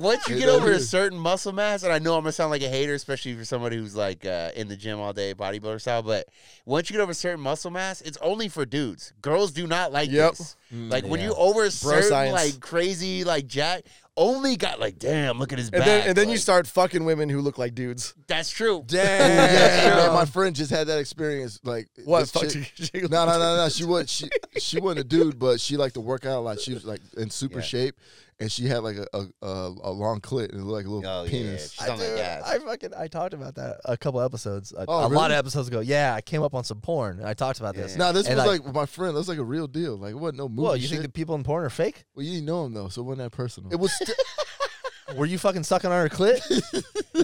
Once you It get over a is. certain muscle mass, and I know I'm gonna sound like a hater, especially for somebody who's like uh, in the gym all day, bodybuilder style. But once you get over a certain muscle mass, it's only for dudes. Girls do not like Yep. this. Like when yeah. you over a certain science. like crazy like jack, only got like damn, look at his *laughs* And back. then and then you Like, start fucking women who look like dudes. That's true. Damn. Yeah, my friend just had that experience. Like What? this chick- Fucking *laughs* No, no, no, no. She was she she wasn't a dude, but she liked to work out a lot. She was like in super Yeah. shape, and she had like a a, a, a long clit and it looked like a little Oh penis. yeah, something like Dude, that. I fucking I talked about that a couple episodes, a, a Oh, lot really? of episodes ago. Yeah, I came up on some porn and I talked about this. Yeah. Now this And, was like, my friend. That was like a real deal. Like it wasn't no movie. well, you shit. think the people in porn are fake? well, you didn't know him though, so it wasn't that personal. It was. *laughs* St- Were you fucking sucking on her clit?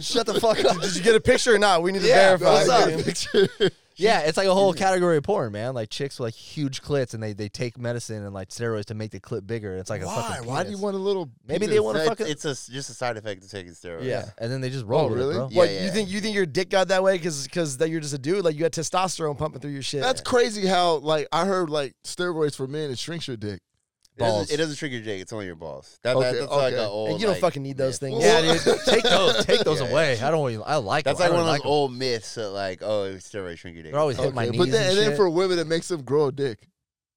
Shut the fuck *laughs* up. did you get a picture or not? We need to Yeah, verify. what's up? man. Yeah, it's like a whole category of porn, man. Like chicks with like huge clits and they, they take medicine and like steroids to make the clit bigger. It's like a *laughs* Why? fucking Why do you penis. want a little? Maybe they penis? want to It's- fucking It's a s- just a side effect of taking steroids. Yeah. and then they just roll Oh, with it, really? bro. Yeah, What yeah. you think? You think your dick got that way because because that you're just a dude? Like you got testosterone pumping through your shit. That's crazy. How like I heard like steroids for men it shrinks your dick. It doesn't, Balls. it doesn't shrink your dick. It's only your balls. That, Okay, that- that's like okay. an old. and you don't like, fucking need those myth. things. Well, Yeah, *laughs* dude. take those, take those Yeah, yeah. away. I don't even. I like. That's like 'em. Oh, I one of don't those like 'em. old myths that like, oh, steroids shrink your dick. They're always hitting my Okay, knees but then and, and shit. then for women it makes them grow a dick.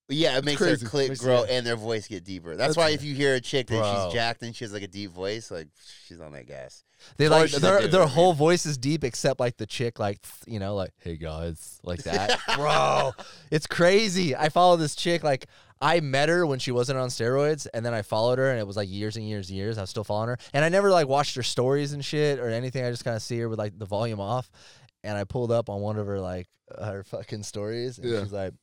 Yeah, it makes crazy. their clit Makes- grow and their voice get deeper. That's, That's- why if you hear a chick that Bro. she's jacked and she has like a deep voice, like she's on that gas. They Of like course you their do, their I mean. whole voice is deep except like the chick like th- you know like hey guys like that bro it's crazy I follow this chick like I met her when she wasn't on steroids and then I followed her and it was like years and years and years I was still following her and I never like watched her stories and shit or anything I just kind of see her with like the volume off and I pulled up on one of her like her fucking stories and Yeah. she's like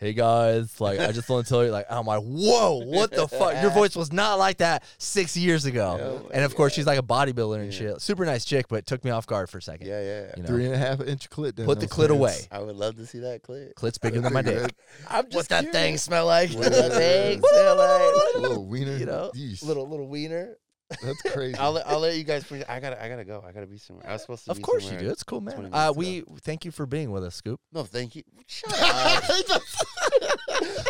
hey guys, like I just want to tell you, like I'm like, whoa, what the fuck? Your voice was not like that six years ago. and of course, she's like a bodybuilder and shit. Super nice chick, but took me off guard for a second. Yeah, yeah. yeah. You know, Three and a half inch clit. down put the those clit pants. away. I would love to see that *laughs* clip. Clit's *laughs* bigger than my Pretty dick. I'm just What's that thing curious. smell like? What the thing smell *laughs* like? good. Little wiener. You know, Yeesh. little little wiener. *laughs* That's crazy. I'll let, I'll let you guys. Push. I gotta I gotta go. I gotta be somewhere. I was supposed to. Of be course you somewhere. do. It's cool, 20 man. minutes Uh, ago. we thank you for being with us, Scoop. *laughs* No, thank you. *laughs* Shut up.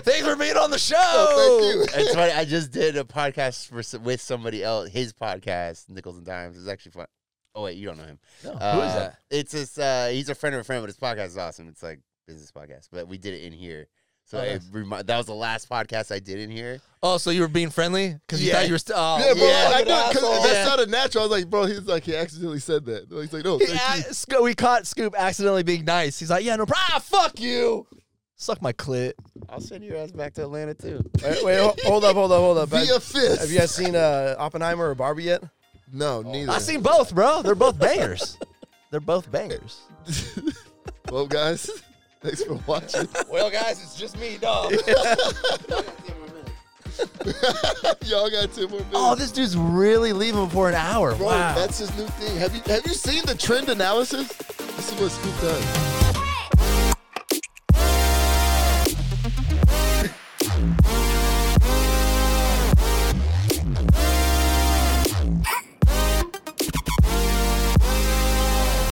Thanks for being on the show. *laughs* Oh, thank you. it's funny. I just did a podcast for s- with somebody else. His podcast, Nickels and Dimes, is actually fun. Oh wait, you don't know him. No, who is Uh, that? It's this. Uh, he's a friend of a friend, but his podcast is awesome. It's like business podcast, but we did it in here. So Oh, it nice. remi- that was the last podcast I did in here. Oh, so you were being friendly because you Yeah. thought you were still. Oh. *laughs* Yeah, bro. yeah, I look know at because asshole. that Yeah. sounded natural. I was like, bro, he's like, he accidentally said that. *laughs* He's like, no, He thank you. ac- Sco- we caught Scoop accidentally being nice. He's like, "Yeah, no, problem. Ah, fuck you, suck my clit." I'll send your ass back to Atlanta too. Wait, wait, ho- hold up, hold up, hold up. *laughs* Via Have, fist. have you guys seen uh, Oppenheimer or Barbie yet? No, neither. I seen both, bro. They're both bangers. They're both *laughs* bangers. well, guys, *laughs* thanks for watching. well, guys, it's just me, *laughs* dog. Y'all got two more minutes. Oh, this dude's really leaving for an hour. bro, wow, that's his new thing. Have you have you seen the trend analysis? This is what Scoop does.